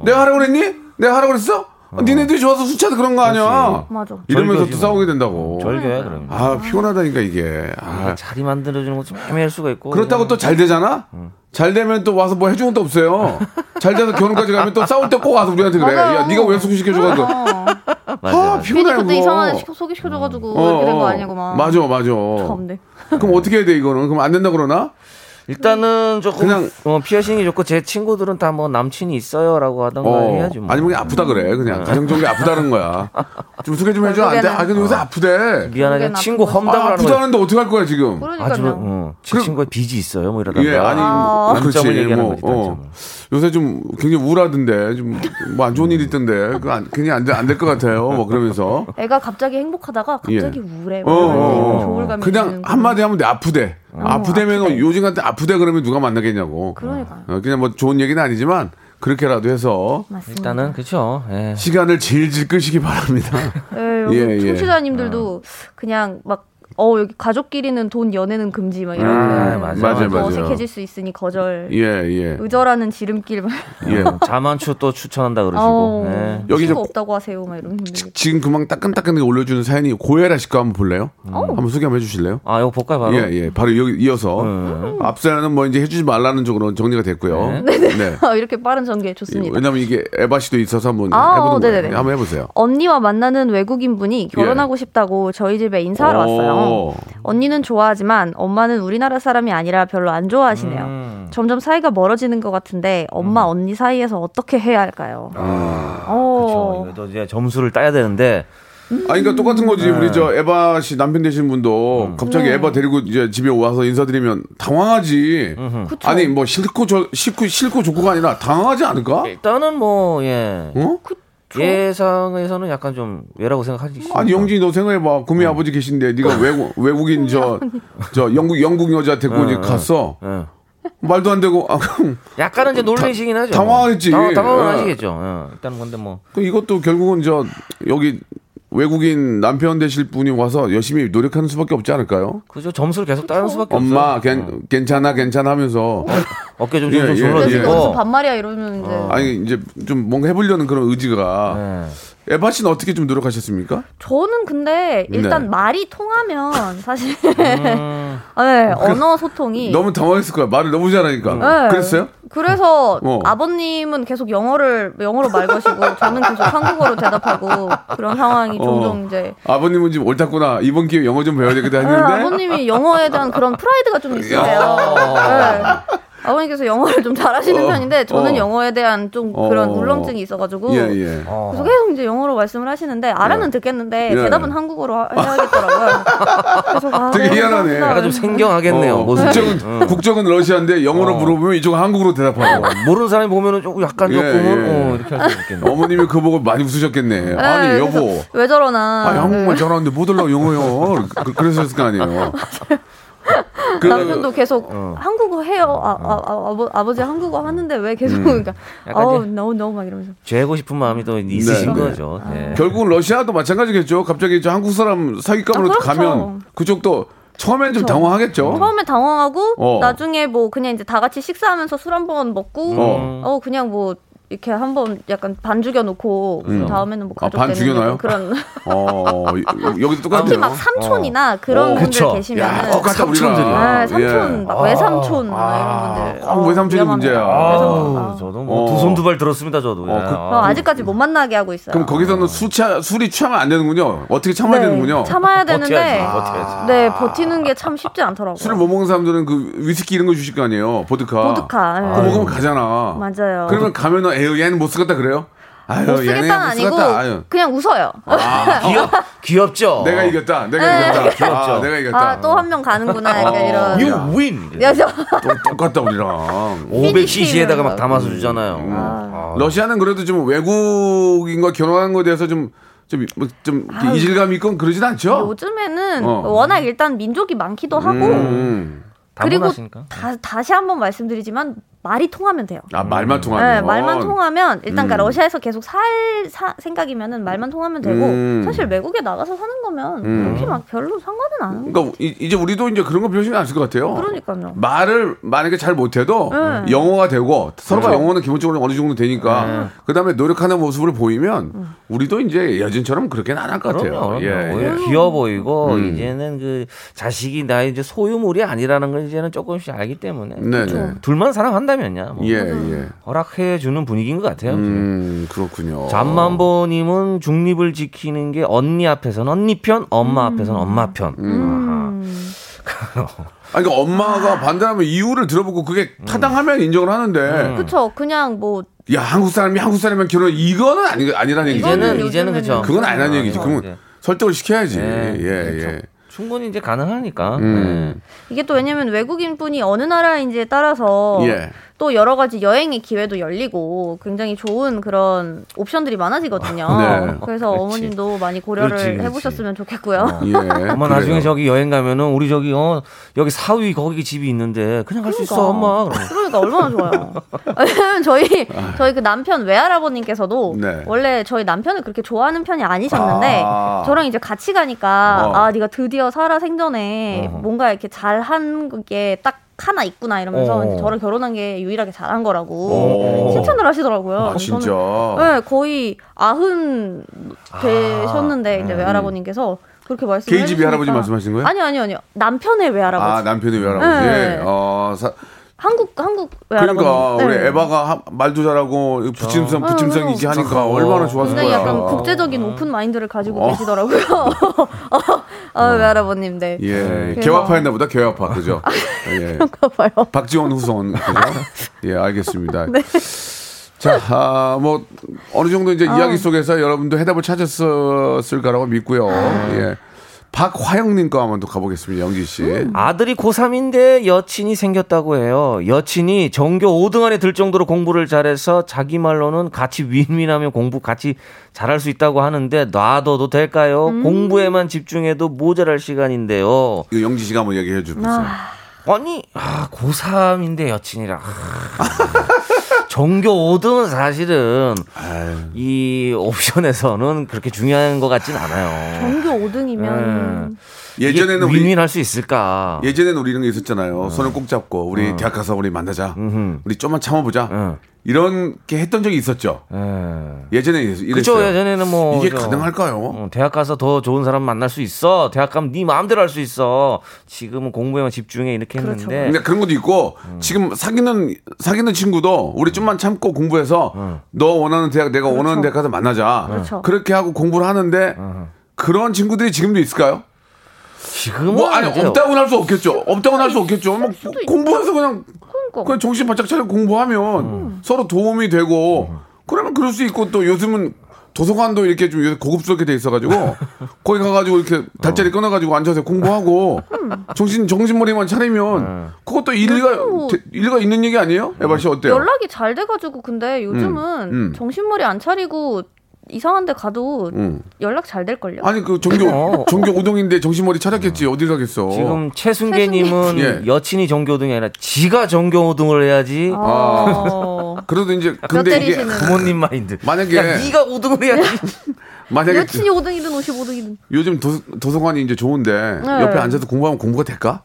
Speaker 3: 내가 하라고 그랬니? 내가 하라고 그랬어? 니네들이 좋아서 수차도 그런 거 아니야.
Speaker 9: 맞아.
Speaker 3: 이러면서 또
Speaker 10: 절교지 뭐.
Speaker 3: 싸우게 된다고.
Speaker 10: 절교야, 그러면. 음, 그렇죠.
Speaker 3: 아, 피곤하다니까, 이게. 아,
Speaker 10: 자리 만들어주는 것좀 애매할 수가 있고.
Speaker 3: 그렇다고 또 잘 되잖아?
Speaker 10: 음.
Speaker 3: 잘 되면 또 와서 뭐 해주는 것도 없어요. 잘 돼서 결혼까지 가면 또 싸울 때 꼭 와서 우리한테 그래. 야, 네가 왜 소개시켜줘가지고. 아,
Speaker 9: 괜히
Speaker 3: 피곤해,
Speaker 9: 그때
Speaker 3: 그거.
Speaker 9: 아, 이상한 애 시켜- 소개시켜줘가지고 이렇게 된 거 아니고 막
Speaker 3: 어, 맞아, 음. 맞아.
Speaker 9: 참네.
Speaker 3: 그럼 어떻게 해야 돼, 이거는? 그럼 안 된다 그러나?
Speaker 10: 일단은 조금
Speaker 3: 그냥-
Speaker 10: 어, 피어싱이 좋고 제 친구들은 다 뭐 남친이 있어요라고 하던가
Speaker 3: 어,
Speaker 10: 해야지 뭐. 음.
Speaker 3: 아니면 그냥 아프다 그래. 그냥 가정적인 게 아프다는 거야. 좀 소개 좀 해줘. 안 돼. 아,
Speaker 10: 어.
Speaker 3: 근데 요새 아프대.
Speaker 10: 미안하게 친구 험담을
Speaker 3: 아,
Speaker 10: 하는 거지.
Speaker 3: 아프다는데 어떻게 할 거야, 지금?
Speaker 10: 아주 어, 제 친구가 빚이 있어요 뭐 이러다가
Speaker 3: 예, 아니,
Speaker 10: 아.
Speaker 3: 뭐, 그렇지.
Speaker 10: 단점을 얘기하는
Speaker 3: 뭐,
Speaker 10: 거지 단점을.
Speaker 3: 어. 요새 좀 굉장히 우울하던데, 좀 뭐 안
Speaker 10: 음.
Speaker 3: 좋은 일이 있던데, 그 안, 괜히 안, 돼- 안될 것 같아요. 뭐 그러면서.
Speaker 9: 애가 갑자기 행복하다가 갑자기
Speaker 3: 예.
Speaker 9: 우울해.
Speaker 3: 어,
Speaker 9: 막 이런
Speaker 3: 어, 어.
Speaker 9: 조울감이
Speaker 3: 그냥
Speaker 9: 드는 거.
Speaker 3: 한마디 하면 돼. 아프대. 아프대면 요즘 같은 아프대 그러면 누가 만나겠냐고.
Speaker 9: 그러니까요.
Speaker 3: 어, 그냥 뭐 좋은 얘기는 아니지만 그렇게라도 해서
Speaker 9: 음.
Speaker 10: 일단은 그렇죠. 예.
Speaker 3: 시간을 질질 끄시기 바랍니다.
Speaker 9: 예, 여기 청취자님들도
Speaker 3: 아.
Speaker 9: 그냥 막. 어 여기 가족끼리는 돈 연애는 금지 막 이런
Speaker 3: 아,
Speaker 9: 거.
Speaker 3: 맞아요. 맞아요,
Speaker 9: 더
Speaker 3: 맞아요.
Speaker 9: 어색해질 수 있으니 거절
Speaker 3: 예, 예.
Speaker 9: 의절하는 지름길 막
Speaker 3: 예.
Speaker 10: 어. 자만추 또 추천한다
Speaker 9: 어,
Speaker 10: 그러시고. 예.
Speaker 3: 네. 여기
Speaker 9: 친구
Speaker 3: 저-
Speaker 9: 없다고 하세요 막 이런 분들
Speaker 3: 지금 그만 따끈따끈하게 올려주는 사연이 고혜라 씨거 한번 볼래요? 한번 소개 한번 해주실래요?
Speaker 10: 아, 이거 볼까요, 바로?
Speaker 3: 예, 예. 바로 여기 이어서
Speaker 9: 네.
Speaker 3: 앞 사연은 뭐 이제 해주지 말라는 쪽으로 정리가 됐고요. 네.
Speaker 9: 이렇게 빠른 전개 좋습니다.
Speaker 3: 예, 왜냐면 이게 에바 씨도 있어서 한번
Speaker 9: 아,
Speaker 3: 해보는
Speaker 9: 어,
Speaker 3: 거예요.
Speaker 9: 네네네.
Speaker 3: 한번 해보세요.
Speaker 9: 언니와 만나는 외국인 분이 결혼하고 싶다고 저희 집에 인사하러 왔어요.
Speaker 3: 예. 오.
Speaker 9: 언니는 좋아하지만 엄마는 우리나라 사람이 아니라 별로 안 좋아하시네요.
Speaker 3: 음.
Speaker 9: 점점 사이가 멀어지는 것 같은데 엄마 언니 사이에서 어떻게 해야 할까요?
Speaker 10: 아,
Speaker 9: 어,
Speaker 10: 그래도 이제 점수를 따야 되는데
Speaker 3: 아,
Speaker 9: 음.
Speaker 3: 그러니까 똑같은 거지. 우리 저 에바 씨 남편 되신 분도 갑자기
Speaker 9: 네.
Speaker 3: 에바 데리고 이제 집에 와서 인사드리면 당황하지. 아니 뭐 싫고 저 싫고 싫고 좋고가 아니라 당황하지 않을까?
Speaker 10: 일단은 뭐 예.
Speaker 3: 어?
Speaker 9: 그러니까.
Speaker 10: 예상에서는 약간 좀 왜라고 생각하지?
Speaker 3: 아니 영진이 너 생각해봐. 구미 아버지 계신데 네가 외국 외국인 저 저 영국 영국 여자 데리고
Speaker 9: 네.
Speaker 3: 이제
Speaker 10: 응,
Speaker 3: 갔어.
Speaker 10: 응.
Speaker 3: 말도 안 되고 아, 그럼
Speaker 10: 예. 약간은 이제 놀라시긴 하죠.
Speaker 3: 어, 당황하지.
Speaker 10: 당황, 당황은
Speaker 3: 예.
Speaker 10: 하시겠죠. 예. 일단 근데 뭐
Speaker 3: 그 이것도 결국은 저 여기 외국인 남편 되실 분이 와서 열심히 노력하는 수밖에 없지 않을까요?
Speaker 10: 그죠 점수를 계속 따는 수밖에
Speaker 3: 엄마
Speaker 10: 없어요.
Speaker 3: 괜, 괜찮아 괜찮아 하면서
Speaker 10: 어깨 좀
Speaker 3: 예,
Speaker 10: 좀
Speaker 3: 예,
Speaker 10: 졸라지고.
Speaker 3: 예.
Speaker 9: 어디서 반말이야 이러면 이제
Speaker 3: 아니 이제 좀 뭔가 해보려는 그런
Speaker 10: 예.
Speaker 3: 의지가
Speaker 10: 네.
Speaker 3: 에바 씨는 어떻게 좀 노력하셨습니까?
Speaker 9: 저는 근데 일단
Speaker 3: 네. 아.
Speaker 9: 말이 통하면 사실 네, 언어 소통이
Speaker 3: 그 너무 당황했을 거야 말을 너무 잘하니까
Speaker 9: 네.
Speaker 3: 그랬어요?
Speaker 9: 그래서
Speaker 3: 어.
Speaker 9: 아버님은 계속 영어를 영어로 말 거시고 저는 계속 한국어로 대답하고 그런 상황이
Speaker 3: 어.
Speaker 9: 종종 이제
Speaker 3: 아버님은 지금 옳았구나 이번 기회 에 영어 좀 배워야 되겠다
Speaker 9: 네,
Speaker 3: 했는데
Speaker 9: 아버님이 영어에 대한 그런 프라이드가 좀 있으세요.
Speaker 3: 야.
Speaker 9: 네. 아버님께서 영어를 좀 잘하시는
Speaker 3: 어,
Speaker 9: 편인데 저는
Speaker 3: 어.
Speaker 9: 영어에 대한 좀 그런
Speaker 3: 어.
Speaker 9: 울렁증이 있어가지고
Speaker 3: 예, 예.
Speaker 9: 그래서 계속 이제 영어로 말씀을 하시는데 알아는 듣겠는데
Speaker 3: 예.
Speaker 9: 대답은 한국어로 하- 해야겠더라고요. 그래서 아,
Speaker 3: 되게
Speaker 9: 네,
Speaker 3: 희한하네.
Speaker 9: 감사합니다.
Speaker 10: 약간 좀 생경하겠네요.
Speaker 3: 어,
Speaker 10: 모습이.
Speaker 3: 국적은
Speaker 10: 응.
Speaker 3: 국적은 러시아인데 영어로 물어보면 이쪽 은 한국으로 대답하고
Speaker 10: 모르는 사람이 보면은 조금 약간
Speaker 3: 예,
Speaker 10: 조금은
Speaker 3: 예.
Speaker 10: 어, 이렇게 할 수 있겠네.
Speaker 3: 어머님이 그 보고 많이 웃으셨겠네. 아니
Speaker 9: 네,
Speaker 3: 여보.
Speaker 9: 그래서 왜 저러나.
Speaker 3: 아니
Speaker 9: 네.
Speaker 3: 한국말 잘하는데 못 올라고 영어요. 그, 그랬을 거 아니에요. 그-
Speaker 9: 남편도 계속 한국어 해요. 아, 아, 아, 아버, 아버지 한국어 하는데 왜 계속
Speaker 3: 음.
Speaker 9: 그러니까
Speaker 10: 약간
Speaker 9: 어우
Speaker 10: 이제-
Speaker 9: 너무 너무 막 이러면서
Speaker 10: 죄고 싶은 마음이 또 있으신
Speaker 3: 네.
Speaker 10: 거죠.
Speaker 9: 아.
Speaker 10: 네.
Speaker 3: 결국은 러시아도 마찬가지겠죠. 갑자기 저 한국 사람 사기감으로
Speaker 9: 아, 그렇죠.
Speaker 3: 가면 그쪽도 처음엔 좀 당황하겠죠.
Speaker 9: 처음에 당황하고
Speaker 3: 어.
Speaker 9: 나중에 뭐 그냥 이제 다 같이 식사하면서 술 한번 먹고
Speaker 3: 어.
Speaker 9: 어. 그냥 뭐 이렇게 한번 약간 반 죽여놓고 그
Speaker 3: 음.
Speaker 9: 다음에는 뭐
Speaker 3: 아,
Speaker 9: 가족
Speaker 3: 반
Speaker 9: 되는
Speaker 3: 죽여놔요?
Speaker 9: 약간 그런
Speaker 3: 어, 여- 여기도
Speaker 9: 특히
Speaker 3: 똑같네요.
Speaker 9: 막 삼촌이나 그런
Speaker 3: 어,
Speaker 9: 분들
Speaker 3: 그쵸. 야, 예.
Speaker 9: 계시면은
Speaker 3: 똑같다 우리랑.
Speaker 9: 네, 삼촌, 막 외삼촌 막 이런 분들. 어,
Speaker 3: 아, 외삼촌이
Speaker 9: 위험합니다.
Speaker 3: 문제야.
Speaker 9: 외삼촌. 아.
Speaker 10: 아우, 저도 뭐 두
Speaker 3: 어.
Speaker 10: 손 두 발 들었습니다. 저도. 예.
Speaker 3: 그-
Speaker 9: 어,
Speaker 10: 아.
Speaker 9: 아직까지 못 만나게 하고 있어요.
Speaker 3: 그럼 거기서는 수차, 술이 취하면 안 되는군요. 어떻게 참아야
Speaker 9: 네,
Speaker 3: 되는군요.
Speaker 9: 참아야 되는데
Speaker 10: 버텨야지, 버텨야지.
Speaker 9: 네 버티는 게 참 쉽지 않더라고요.
Speaker 3: 술을 못 먹는 사람들은 그 위스키 이런 거 주실 거 아니에요. 보드카.
Speaker 9: 보드카,
Speaker 3: 그거
Speaker 9: 예.
Speaker 3: 먹으면 가잖아.
Speaker 9: 맞아요.
Speaker 3: 그러면 가면은 에휴 얘는 못 쓰겠다 그래요? 아유
Speaker 9: 못
Speaker 3: 얘는
Speaker 9: 쓰겠다는
Speaker 3: 못
Speaker 9: 아니고
Speaker 3: 쓰겠다. 아유.
Speaker 9: 그냥 웃어요.
Speaker 10: 귀엽 귀엽죠.
Speaker 3: 어. 내가 이겼다. 내가
Speaker 9: 아, 네.
Speaker 3: 이겼다.
Speaker 10: 귀엽죠.
Speaker 3: 아, 내가 이겼다.
Speaker 9: 아 또 한 명 가는구나
Speaker 3: 어.
Speaker 9: 약간 이런.
Speaker 3: You-
Speaker 10: You win.
Speaker 9: 그래서
Speaker 3: 똑- 똑같다 우리랑.
Speaker 10: 500cc에다가 막 담아서 주잖아요. 아.
Speaker 3: 러시아는 그래도 좀 외국인과 결혼하는 거에 대해서 좀 좀, 뭐 좀, 이렇게
Speaker 9: 아유.
Speaker 3: 이질감 있건 그러진 않죠?
Speaker 9: 요즘에는
Speaker 3: 어.
Speaker 9: 워낙 일단 민족이 많기도 하고
Speaker 3: 음.
Speaker 9: 그리고
Speaker 10: 다문화시니까.
Speaker 9: 다, 다시 한번 말씀드리지만 말이 통하면 돼요.
Speaker 3: 아,
Speaker 10: 음.
Speaker 3: 말만 통하면. 음.
Speaker 9: 네, 말만 통하면 일단 그러니까 러시아에서 계속 살 사- 생각이면은 말만 통하면 되고
Speaker 3: 음.
Speaker 9: 사실 외국에 나가서 사는 거면 그렇게 막 별로 상관은 안 하는 거.
Speaker 3: 그러니까 이- 이제 우리도 이제 그런 거 별로 안쓸 것 같아요.
Speaker 9: 그러니까요.
Speaker 3: 말을 만약에 잘 못해도
Speaker 9: 네.
Speaker 3: 영어가 되고 서로가
Speaker 10: 네.
Speaker 3: 영어는 기본적으로 어느 정도 되니까 그 다음에 노력하는 모습을 보이면
Speaker 9: 음.
Speaker 3: 우리도 이제 예전처럼 그렇게는 안 할 것 같아요.
Speaker 10: 그럼요.
Speaker 3: 예,
Speaker 10: 오히려
Speaker 3: 예.
Speaker 10: 귀여워 보이고 이제는 그 자식이 나의 이제 소유물이 아니라는 걸 이제는 조금씩 알기 때문에
Speaker 9: 어,
Speaker 3: 네, 네.
Speaker 10: 둘만 사랑한다면야 뭐
Speaker 3: 예,
Speaker 9: 음.
Speaker 3: 예.
Speaker 10: 허락해 주는 분위기인 것 같아요.
Speaker 3: 음, 그렇군요.
Speaker 10: 잠만보님은 중립을 지키는 게 언니 앞에서는 언니 편, 엄마 앞에서는 엄마 편.
Speaker 3: 음.
Speaker 9: 음.
Speaker 3: 아니, 그러니까 엄마가 반대하면 이유를 들어보고 그게 타당하면 인정을 하는데,
Speaker 9: 그쵸 그냥 뭐
Speaker 3: 야, 한국 사람이 한국 사람이랑 결혼, 이거는 아니, 아니라는 얘기죠.
Speaker 9: 이거는
Speaker 10: 이제는 이제는 그죠.
Speaker 3: 그건 아니라는 얘기지.
Speaker 10: 아,
Speaker 3: 그러면
Speaker 10: 이제
Speaker 3: 설득을 시켜야지.
Speaker 10: 네,
Speaker 3: 예,
Speaker 10: 그렇죠.
Speaker 3: 예.
Speaker 10: 충분히 이제 가능하니까. 예.
Speaker 3: 음.
Speaker 9: 이게 또 왜냐면 외국인 분이 어느 나라인지에 따라서
Speaker 3: 예.
Speaker 9: 또 여러 가지 여행의 기회도 열리고 굉장히 좋은 그런 옵션들이 많아지거든요.
Speaker 3: 네.
Speaker 9: 그래서
Speaker 10: 그렇지.
Speaker 9: 어머님도 많이 고려를
Speaker 10: 그렇지, 그렇지.
Speaker 9: 해보셨으면 좋겠고요.
Speaker 3: 예.
Speaker 10: 네. 엄마 나중에 저기 여행 가면은 우리 저기 어 여기 사위 거기 집이 있는데 그냥 갈 수 있어 엄마. 그러고.
Speaker 9: 그러니까 얼마나 좋아요. 왜냐면 저희 저희 그 남편 외할아버님께서도
Speaker 3: 아. 네.
Speaker 9: 원래 저희 남편을 그렇게 좋아하는 편이 아니셨는데
Speaker 3: 아.
Speaker 9: 저랑 이제 같이 가니까
Speaker 3: 어.
Speaker 9: 아 네가 드디어 살아 생전에
Speaker 10: 어허.
Speaker 9: 뭔가 이렇게 잘한 게 딱 하나 있구나 이러면서
Speaker 10: 어.
Speaker 9: 이제 저를 결혼한 게 유일하게 잘한 거라고
Speaker 3: 오.
Speaker 9: 칭찬을 하시더라고요.
Speaker 3: 아,
Speaker 9: 저는,
Speaker 3: 진짜.
Speaker 9: 네, 거의 아흔 되셨는데 이제 외할아버님께서 그렇게 말씀을
Speaker 3: 게이 집이
Speaker 9: 해주시니까.
Speaker 3: 음. 할아버지 말씀하신 거예요?
Speaker 9: 아니요 아니요 아니요 남편의 외할아버지
Speaker 3: 아, 남편이 왜 알아보지?
Speaker 9: 네.
Speaker 3: 어, 사,
Speaker 9: 한국 한국 외할아버님
Speaker 3: 그러니까 우리
Speaker 9: 네.
Speaker 3: 에바가 하- 말도 잘하고 붙임성 붙임성
Speaker 9: 아,
Speaker 3: 있게 하니까
Speaker 10: 착하고.
Speaker 3: 얼마나 좋았을
Speaker 9: 굉장히
Speaker 3: 거야.
Speaker 9: 약간 국제적인 오픈 마인드를 가지고 계시더라고요. 어, 외할아버님, 네.
Speaker 3: 예,
Speaker 9: 그래서-
Speaker 3: 개화파였나 보다. 개화파 그죠? 예.
Speaker 9: 그런가 봐요. 네.
Speaker 3: 박지원 후손 그죠? 예, 알겠습니다. 자, 아, 뭐 어느 정도 이제
Speaker 9: 어.
Speaker 3: 이야기 속에서 여러분도 해답을 찾았을 거라고 믿고요. 예. 박화영님 거 한번 또 가보겠습니다, 영기 씨.
Speaker 10: 아들이 고3인데 여친이 생겼다고 해요. 여친이 전교 5등 안에 들 정도로 공부를 잘해서 자기 말로는 같이 윈윈하며 공부 같이 잘할 수 있다고 하는데 놔둬도 될까요? 공부에만 집중해도 모자랄 시간인데요.
Speaker 3: 이거 영지 씨가 한번 얘기해 주세요.
Speaker 10: 아니, 아, 고3인데 여친이라. 아, 전교 5등은 사실은 이 옵션에서는 그렇게 중요한 것 같진 않아요.
Speaker 9: 전교 5등이면
Speaker 3: 예. 예전에는 우리
Speaker 10: 윈윈할 수 있을까?
Speaker 3: 예전에는 우리 이런 게 있었잖아요.
Speaker 10: 어.
Speaker 3: 손을 꼭 잡고 우리 대학 가서 우리 만나자. 우리 좀만 참아보자.
Speaker 10: 어.
Speaker 3: 이렇게 했던 적이 있었죠. 예전에 이랬어요.
Speaker 10: 예. 그죠 예전에는 뭐
Speaker 3: 이게
Speaker 10: 저,
Speaker 3: 가능할까요?
Speaker 10: 어, 대학 가서 더 좋은 사람 만날 수 있어. 대학 가면 네 마음대로 할 수 있어. 지금은 공부에만 집중해 이렇게 했는데
Speaker 3: 근데 그런 것도 있고 지금 사귀는 사귀는 친구도 우리 좀만 참고 공부해서 너 원하는 대학 내가 원하는 대학 가서 만나자.
Speaker 9: 그렇죠.
Speaker 3: 렇게 하고 공부를 하는데 그런 친구들이 지금도 있을까요?
Speaker 10: 지금은
Speaker 3: 뭐 아니
Speaker 10: 이제
Speaker 3: 없다고는 할 수 없겠죠. 없다고는 할 수 없겠죠. 뭐 공부해서 그냥
Speaker 9: 그러니까.
Speaker 3: 그냥 정신 바짝 차리고 공부하면
Speaker 9: 음.
Speaker 3: 음. 서로 도움이 되고 그러면 그럴 수 있고 또 요즘은 도서관도 이렇게 좀 요새 고급스럽게 돼 있어가지고 거기 가가지고 이렇게 돗자리 끊어가지고 앉아서 공부하고
Speaker 9: 음.
Speaker 3: 정신 정신머리만 차리면 그것도 일리가
Speaker 9: 뭐-
Speaker 3: 데- 일리가 있는 얘기 아니에요? 에바 씨 어때요?
Speaker 9: 연락이 잘 돼가지고 근데 요즘은
Speaker 3: 음.
Speaker 9: 정신머리 안 차리고 이상한데 가도
Speaker 3: 음.
Speaker 9: 연락 잘 될걸요?
Speaker 3: 아니 그 종교 종교 오동인데 정신머리 차렸겠지 어디 가겠어?
Speaker 10: 지금 최순계님은
Speaker 3: 최순계.
Speaker 10: 여친이 전교 5등이 아니라 지가 전교 5등을 해야지.
Speaker 9: 아. 어...
Speaker 3: 그래도 이제 근데 이게
Speaker 9: 때리시는.
Speaker 10: 부모님 마인드.
Speaker 3: 만약에
Speaker 10: 야, 네가 5등을 해야지.
Speaker 3: 만약에
Speaker 9: 여친이 5등이든 55등이든
Speaker 3: 요즘 도, 서관이 이제 좋은데
Speaker 9: 네.
Speaker 3: 옆에 앉아서 공부하면 공부가 될까?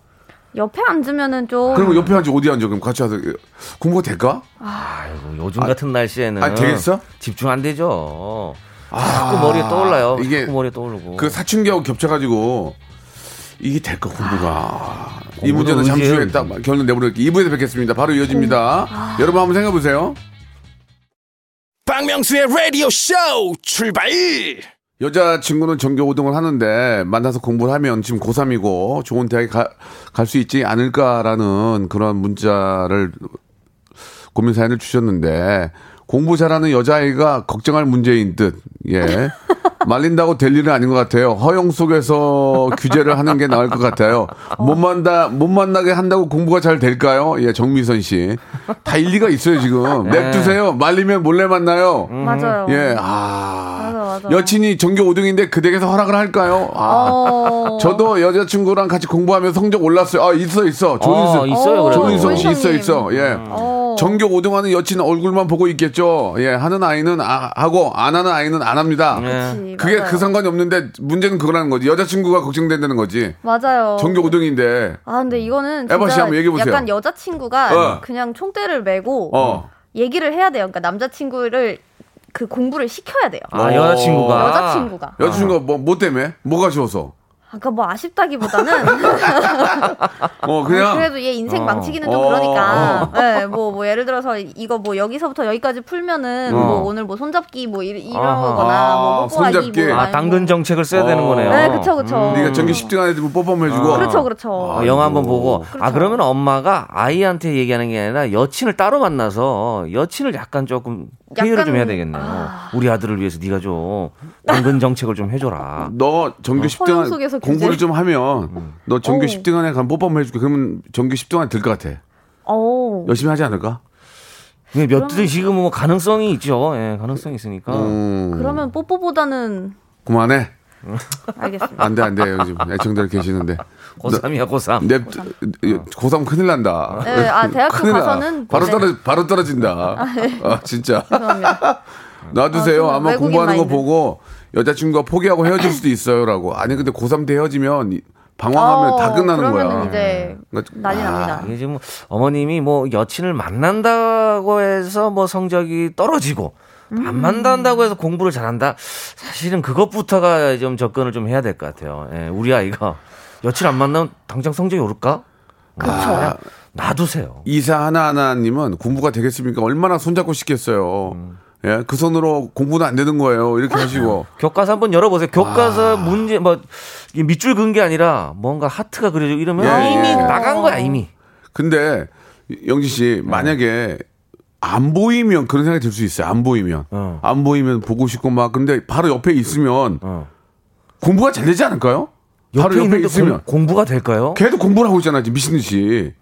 Speaker 9: 옆에 앉으면은 좀
Speaker 3: 그리고 옆에 앉아 어디 앉아 그럼 같이 와서 공부가 될까?
Speaker 10: 아이고, 요즘 같은 날씨에는
Speaker 3: 아니, 되겠어? 아,
Speaker 10: 집중 안 되죠. 아, 자꾸 머리에 떠올라요.
Speaker 3: 이게
Speaker 10: 자꾸 머리에 떠오르고.
Speaker 3: 그 사춘기하고 겹쳐가지고 이게 될까 공부가 이
Speaker 10: 공부는
Speaker 3: 문제는 잠시 후에
Speaker 10: 문제예요.
Speaker 3: 딱 결론 내보낼게 2부에서 뵙겠습니다. 바로 이어집니다. 여러분 한번 생각해 보세요.
Speaker 2: 박명수의 라디오 쇼 출발
Speaker 3: 여자 친구는 전교 5등을 하는데 만나서 공부를 하면 지금 고3이고 좋은 대학에 갈 수 있지 않을까라는 그런 문자를 고민 사연을 주셨는데 공부 잘하는 여자아이가 걱정할 문제인 듯. 예. 말린다고 될 일은 아닌 것 같아요. 허용 속에서 규제를 하는 게 나을 것 같아요. 못 만나 못 만나게 한다고 공부가 잘 될까요? 예, 정미선 씨. 다 일리가 있어요 지금.
Speaker 10: 네.
Speaker 3: 맥 두세요. 말리면 몰래 만나요.
Speaker 9: 맞아요.
Speaker 3: 예, 아.
Speaker 9: 어. 맞아, 맞아.
Speaker 3: 여친이 전교 5등인데 그 댁에서 허락을 할까요? 아.
Speaker 9: 어...
Speaker 3: 저도 여자친구랑 같이 공부하면 성적 올랐어요. 아, 있어, 있어.
Speaker 10: 어, 음.
Speaker 3: 조인성.
Speaker 10: 있어요.
Speaker 9: 어,
Speaker 10: 그래도.
Speaker 3: 조인성 씨 있어,
Speaker 9: 조인성님.
Speaker 3: 있어. 예.
Speaker 9: 어...
Speaker 3: 전교 5등 하는 여친 얼굴만 보고 있겠죠. 예, 하는 아이는 아, 하고, 안 하는 아이는 안 합니다.
Speaker 10: 예.
Speaker 9: 그치,
Speaker 3: 그게
Speaker 9: 네, 맞아요.
Speaker 3: 그 상관이 없는데, 문제는 그거라는 거지. 여자친구가 걱정된다는 거지.
Speaker 9: 맞아요.
Speaker 3: 전교 5등인데,
Speaker 9: 아 근데 이거는
Speaker 3: 음. 에바 씨
Speaker 9: 진짜
Speaker 3: 한번 얘기해보세요.
Speaker 9: 약간 여자친구가
Speaker 3: 어.
Speaker 9: 그냥 총대를 메고
Speaker 3: 어.
Speaker 10: 음.
Speaker 9: 얘기를 해야 돼요. 그러니까 남자친구를 그 공부를 시켜야 돼요.
Speaker 10: 아, 여자친구가.
Speaker 9: 어, 여자친구가.
Speaker 3: 여자친구가 뭐, 뭐 때문에? 뭐가 쉬워서?
Speaker 9: 아까 뭐 아쉽다기보다는
Speaker 3: 어,
Speaker 9: 아니,
Speaker 3: 그냥.
Speaker 9: 그래도 얘 인생
Speaker 10: 어.
Speaker 9: 망치기는 좀
Speaker 3: 어.
Speaker 9: 그러니까. 예, 뭐, 뭐, 예를 들어서 이거 뭐 여기서부터 여기까지 풀면은
Speaker 3: 어.
Speaker 9: 뭐 오늘 뭐 손잡기 뭐 이- 이런
Speaker 10: 아하.
Speaker 9: 거거나 뭐
Speaker 3: 아,
Speaker 9: 뽀뽀하기
Speaker 3: 손잡기.
Speaker 9: 뭐.
Speaker 10: 아,
Speaker 9: 아니고.
Speaker 10: 당근 정책을 써야
Speaker 3: 어. 음,
Speaker 10: 되는 거네요. 음.
Speaker 9: 네, 그쵸, 그쵸.
Speaker 3: 네가 전교 10등 안에 들면 뽀뽀 한번 해주고.
Speaker 9: 그렇죠, 그렇죠.
Speaker 10: 어, 영화 한번 보고 아
Speaker 9: 그렇죠.
Speaker 10: 그러면 엄마가 아이한테 얘기하는 게 아니라 여친을 따로 만나서 여친을 약간 조금 회의를
Speaker 9: 약간-
Speaker 10: 좀 해야 되겠네요. 우리 아들을 위해서 네가 좀 당근 정책을 좀 해줘라.
Speaker 3: 너 전교
Speaker 9: 허용
Speaker 3: 10등
Speaker 9: 아. 어. 속에서 어.
Speaker 3: 안 공부를
Speaker 9: 규제.
Speaker 3: 좀 하면 너 전교
Speaker 9: 오.
Speaker 3: 10등 안에 가면 뽀뽀 한번 해줄게. 그러면 전교 10등 안에 들 것 같아.
Speaker 9: 어.
Speaker 3: 열심히 하지 않을까?
Speaker 10: 근데 몇 등, 지금 뭐 가능성이 있죠. 예, 가능성이 있으니까.
Speaker 3: 음,
Speaker 9: 어. 그러면 뽀뽀보다는
Speaker 3: 그만해.
Speaker 9: 알겠습니다.
Speaker 3: 안 돼 안 돼 요즘 애청자들 계시는데. 네.
Speaker 10: 고3이야, 고3.
Speaker 3: 냅 고3 큰일 난다.
Speaker 9: 네, 아, 대학교
Speaker 3: 큰일 나.
Speaker 9: 가서는
Speaker 3: 바로
Speaker 9: 네.
Speaker 3: 떨어 바로 떨어진다. 아 진짜.
Speaker 9: 그러면
Speaker 3: 놔두세요.
Speaker 9: 아, 저는
Speaker 3: 아마
Speaker 9: 외국인
Speaker 3: 공부하는 거
Speaker 9: 마인드. 보고
Speaker 3: 보고 여자친구가 포기하고 헤어질 수도 있어요라고. 아니 근데 고3 때 헤어지면 방황하면
Speaker 9: 어,
Speaker 3: 다 끝나는 거야.
Speaker 9: 그러면 이제
Speaker 3: 그러니까-
Speaker 9: 난리
Speaker 3: 아,
Speaker 9: 납니다.
Speaker 10: 이게 지금 뭐 어머님이 뭐 여친을 만난다고 해서 뭐 성적이 떨어지고 안
Speaker 3: 음.
Speaker 10: 만난다고 해서 공부를 잘한다. 사실은 그것부터가 좀 접근을 좀 해야 될 것 같아요. 예, 우리 아이가 여친 안 만나면 당장 성적이 오를까?
Speaker 3: 그렇죠.
Speaker 10: 그냥 놔두세요.
Speaker 3: 이사 하나하나님은 공부가 되겠습니까? 얼마나 손잡고 시켰어요.
Speaker 10: 음.
Speaker 3: 예, 그 손으로 공부는 안 되는 거예요. 이렇게 하시고.
Speaker 10: 교과서 한번 열어보세요. 교과서 문제 뭐 이게 밑줄 근 게 아니라 뭔가 하트가 그려지고 이러면
Speaker 3: 예,
Speaker 10: 이미
Speaker 3: 예.
Speaker 10: 나간 거야 이미.
Speaker 3: 근데 영진 씨 만약에 안 보이면 그런 생각이 들 수 있어요. 안 보이면. 안 보이면 보고 싶고 막 근데 바로 옆에 있으면 공부가 잘 되지 않을까요? 바로 옆에
Speaker 10: 어. 있는데
Speaker 3: 있으면
Speaker 10: 공, 부가 될까요?
Speaker 3: 걔도 공부를 하고 있잖아, 지금 미친 듯이.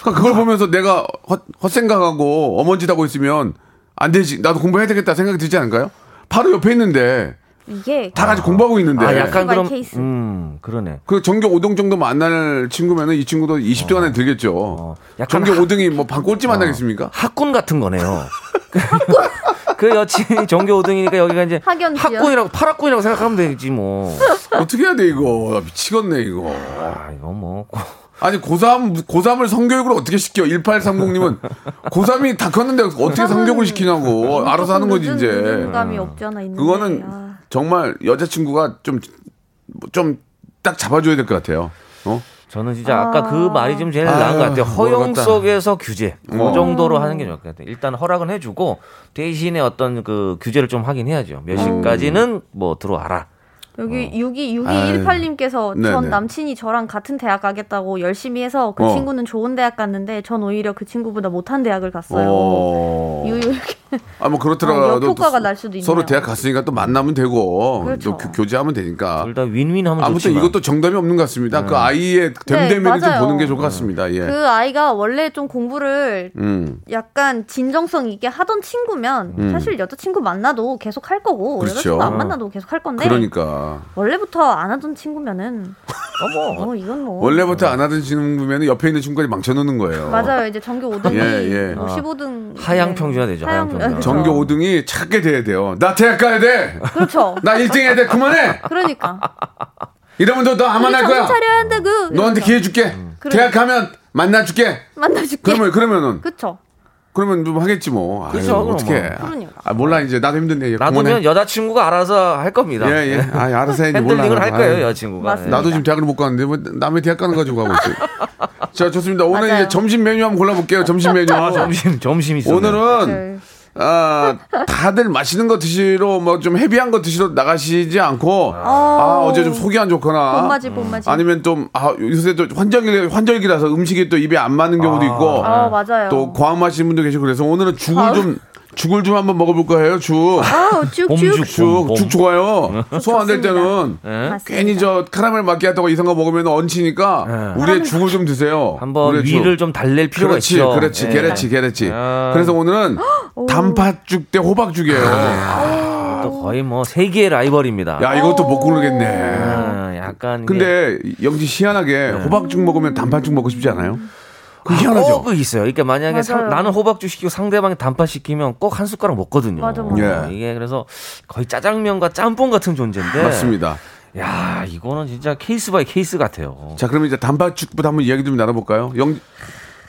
Speaker 3: 그러니까
Speaker 10: 아.
Speaker 3: 그걸 보면서 내가 헛, 헛생각하고 어먼짓 하고 있으면 안 되지. 나도 공부해야 되겠다 생각이 들지 않을까요? 바로 옆에 있는데
Speaker 9: 이게
Speaker 3: 다 같이 공부하고 있는데.
Speaker 10: 아, 약간 그럼
Speaker 9: 케이스.
Speaker 10: 음, 그러네.
Speaker 3: 그 전교 5등 정도 만날 친구면은 이 친구도 20등 안에 들겠죠.
Speaker 10: 어. 약간
Speaker 3: 전교
Speaker 10: 하-
Speaker 3: 5등이 뭐 반 꼴찌 만나겠습니까?
Speaker 10: 학군 같은 거네요. 그 여친이 전교 5등이니까 여기가 이제
Speaker 9: 학연지요.
Speaker 10: 학군이라고 팔학군이라고 생각하면 되지 뭐.
Speaker 3: 어떻게 해야 돼 이거? 나 미치겠네 이거.
Speaker 10: 아, 이거 뭐 고-
Speaker 3: 아니 고3 고3을 성교육으로 어떻게 시켜? 1830님은 고3이 다 컸는데 어떻게 성교육을 시키냐고. 뭐 알아서 하는 거지
Speaker 9: 뭐 늦은
Speaker 3: 이제.
Speaker 9: 감이 없지 않아 있는데.
Speaker 3: 그거는
Speaker 9: 아.
Speaker 3: 정말 여자친구가 좀 좀 딱 잡아줘야 될 것 같아요. 어?
Speaker 10: 저는 진짜 아까 그 말이 좀 제일 나은 것 같아요.
Speaker 3: 아유,
Speaker 10: 허용
Speaker 3: 모르겠다.
Speaker 10: 속에서 규제. 그
Speaker 3: 어.
Speaker 10: 정도로 하는 게 좋을 것 같아요. 일단 허락은 해주고 대신에 어떤 그 규제를 좀 하긴 해야죠. 몇
Speaker 3: 음.
Speaker 10: 시까지는 뭐 들어와라.
Speaker 9: 여기 62 6218님께서 전
Speaker 3: 네네.
Speaker 9: 남친이 저랑 같은 대학 가겠다고 열심히 해서 그
Speaker 3: 어.
Speaker 9: 친구는 좋은 대학 갔는데 전 오히려 그 친구보다 못한 대학을 갔어요.
Speaker 3: 어.
Speaker 9: 유유 이렇게
Speaker 3: 아 뭐
Speaker 9: 어,
Speaker 3: 그렇더라도
Speaker 9: 역효과가
Speaker 3: 또
Speaker 9: 날 수도 있네요.
Speaker 3: 서로 대학 갔으니까 또 만나면 되고
Speaker 9: 그렇죠.
Speaker 3: 또 교- 교제하면 되니까
Speaker 10: 둘 다 윈윈하면
Speaker 3: 아. 아무튼
Speaker 10: 좋지만. 네.
Speaker 3: 이것도 정답이 없는 것 같습니다. 그 아이의 됨됨이를 좀
Speaker 9: 네, 맞아요.
Speaker 3: 보는 게 좋을 것 같습니다. 예.
Speaker 9: 그 아이가 원래 좀 공부를
Speaker 3: 음.
Speaker 9: 약간 진정성 있게 하던 친구면
Speaker 3: 음.
Speaker 9: 사실 여자친구 만나도 계속 할 거고
Speaker 3: 그렇죠.
Speaker 9: 여자친구 안 만나도 계속 할 건데
Speaker 3: 그러니까
Speaker 9: 원래부터 안 하던 친구면은
Speaker 10: 어머.
Speaker 9: 어 이건 뭐
Speaker 3: 원래부터 안 하던 친구면 옆에 있는 친구까지 망쳐놓는 거예요.
Speaker 9: 맞아요 이제 전교 5등이
Speaker 3: 예, 예.
Speaker 9: 뭐 15등
Speaker 10: 하향 평준화 되죠, 하향 평준화.
Speaker 3: 전교 5등이 찾게 돼야 돼요. 나 대학 가야 돼.
Speaker 9: 그렇죠
Speaker 3: 나 1등 해야 돼. 그만해.
Speaker 9: 그러니까
Speaker 3: 이러면 너너 아만 할 거야.
Speaker 9: 정신 차려야 그 그러니까. 한다고.
Speaker 3: 너한테
Speaker 9: 이러면서.
Speaker 3: 기회 줄게.
Speaker 9: 그래.
Speaker 3: 대학 가면 만나줄게.
Speaker 9: 만나줄게.
Speaker 3: 그러면 그러면은
Speaker 9: 그쵸.
Speaker 3: 그러면 좀 하겠지 뭐.
Speaker 10: 그렇죠,
Speaker 3: 아유,
Speaker 10: 그럼
Speaker 3: 어떻게?
Speaker 10: 뭐.
Speaker 9: 그러니까.
Speaker 3: 아 몰라 이제 나도 힘든데 이제
Speaker 10: 놔두면
Speaker 3: 그만해.
Speaker 10: 여자친구가 알아서 할 겁니다.
Speaker 3: 예, 예. 아, 알아서 해야지 몰라.
Speaker 10: 핸들링을 할 거예요,
Speaker 3: 아유,
Speaker 10: 여자친구가.
Speaker 9: 맞습니다.
Speaker 3: 나도 지금 대학을 못 가는데 뭐 남의 대학 가는 가지고 가고 있어요. 자, 좋습니다. 오늘
Speaker 9: 맞아요.
Speaker 3: 이제 점심 메뉴 한번 골라볼게요. 점심 메뉴.
Speaker 10: 아, 점심, 점심 있어.
Speaker 3: 오늘은
Speaker 9: 네.
Speaker 3: 아, 다들 맛있는 거 드시러 뭐 좀 헤비한 거 드시러 나가시지 않고 아, 어제 좀 속이 안 좋거나
Speaker 9: 봄맞이, 봄맞이.
Speaker 3: 아, 음. 아니면 좀 아, 요새 또 환절기 환절기라서 음식이 또 입에 안 맞는 경우도 있고
Speaker 9: 아, 맞아요. 아.
Speaker 3: 또 과음 하시는 분도 계시고 그래서 오늘은 죽을 좀 죽을 좀 한번 먹어볼 거예요. 죽.
Speaker 9: 아우, 쭉쭉.
Speaker 10: 봄죽. 음.
Speaker 3: 죽, 죽 좋아요. 소화 안 될
Speaker 9: 좋습니다.
Speaker 3: 때는
Speaker 9: 맞습니다.
Speaker 3: 괜히 저 카라멜 마키아토가 이상한 거 먹으면 얹히니까
Speaker 10: 그러니까. 예.
Speaker 3: 우리의 죽을 좀 드세요.
Speaker 10: 한번
Speaker 3: 우리의 죽.
Speaker 10: 위를 좀 달랠
Speaker 3: 그렇죠.
Speaker 10: 필요가
Speaker 3: 그렇지,
Speaker 10: 있죠.
Speaker 3: 그렇지,
Speaker 10: 예.
Speaker 3: 게레치, 게레치.
Speaker 10: 아. 아.
Speaker 3: 그래서 오늘은 단팥죽 대 호박죽이에요.
Speaker 10: 또 거의 뭐 세계의 라이벌입니다.
Speaker 3: 야, 이것도 못 고르겠네.
Speaker 10: 아, 예. 약간 이게
Speaker 3: 근데 영지 희한하게 호박죽 먹으면 단팥죽 먹고 싶지 않아요? 그 희한하죠.
Speaker 10: 꼭 있어요. 그러니까 만약에 상-
Speaker 9: 맞아요.
Speaker 10: 나는 호박죽 시키고 상대방이 단팥 시키면 꼭 한 숟가락 먹거든요.
Speaker 9: 맞아, 맞아.
Speaker 3: 예.
Speaker 10: 이게 그래서 거의 짜장면과 짬뽕 같은 존재인데.
Speaker 3: 맞습니다.
Speaker 10: 야, 이거는 진짜 케이스 바이 케이스 같아요.
Speaker 3: 자, 그러면 이제 단팥죽부터 한번 이야기 좀 나눠볼까요? 영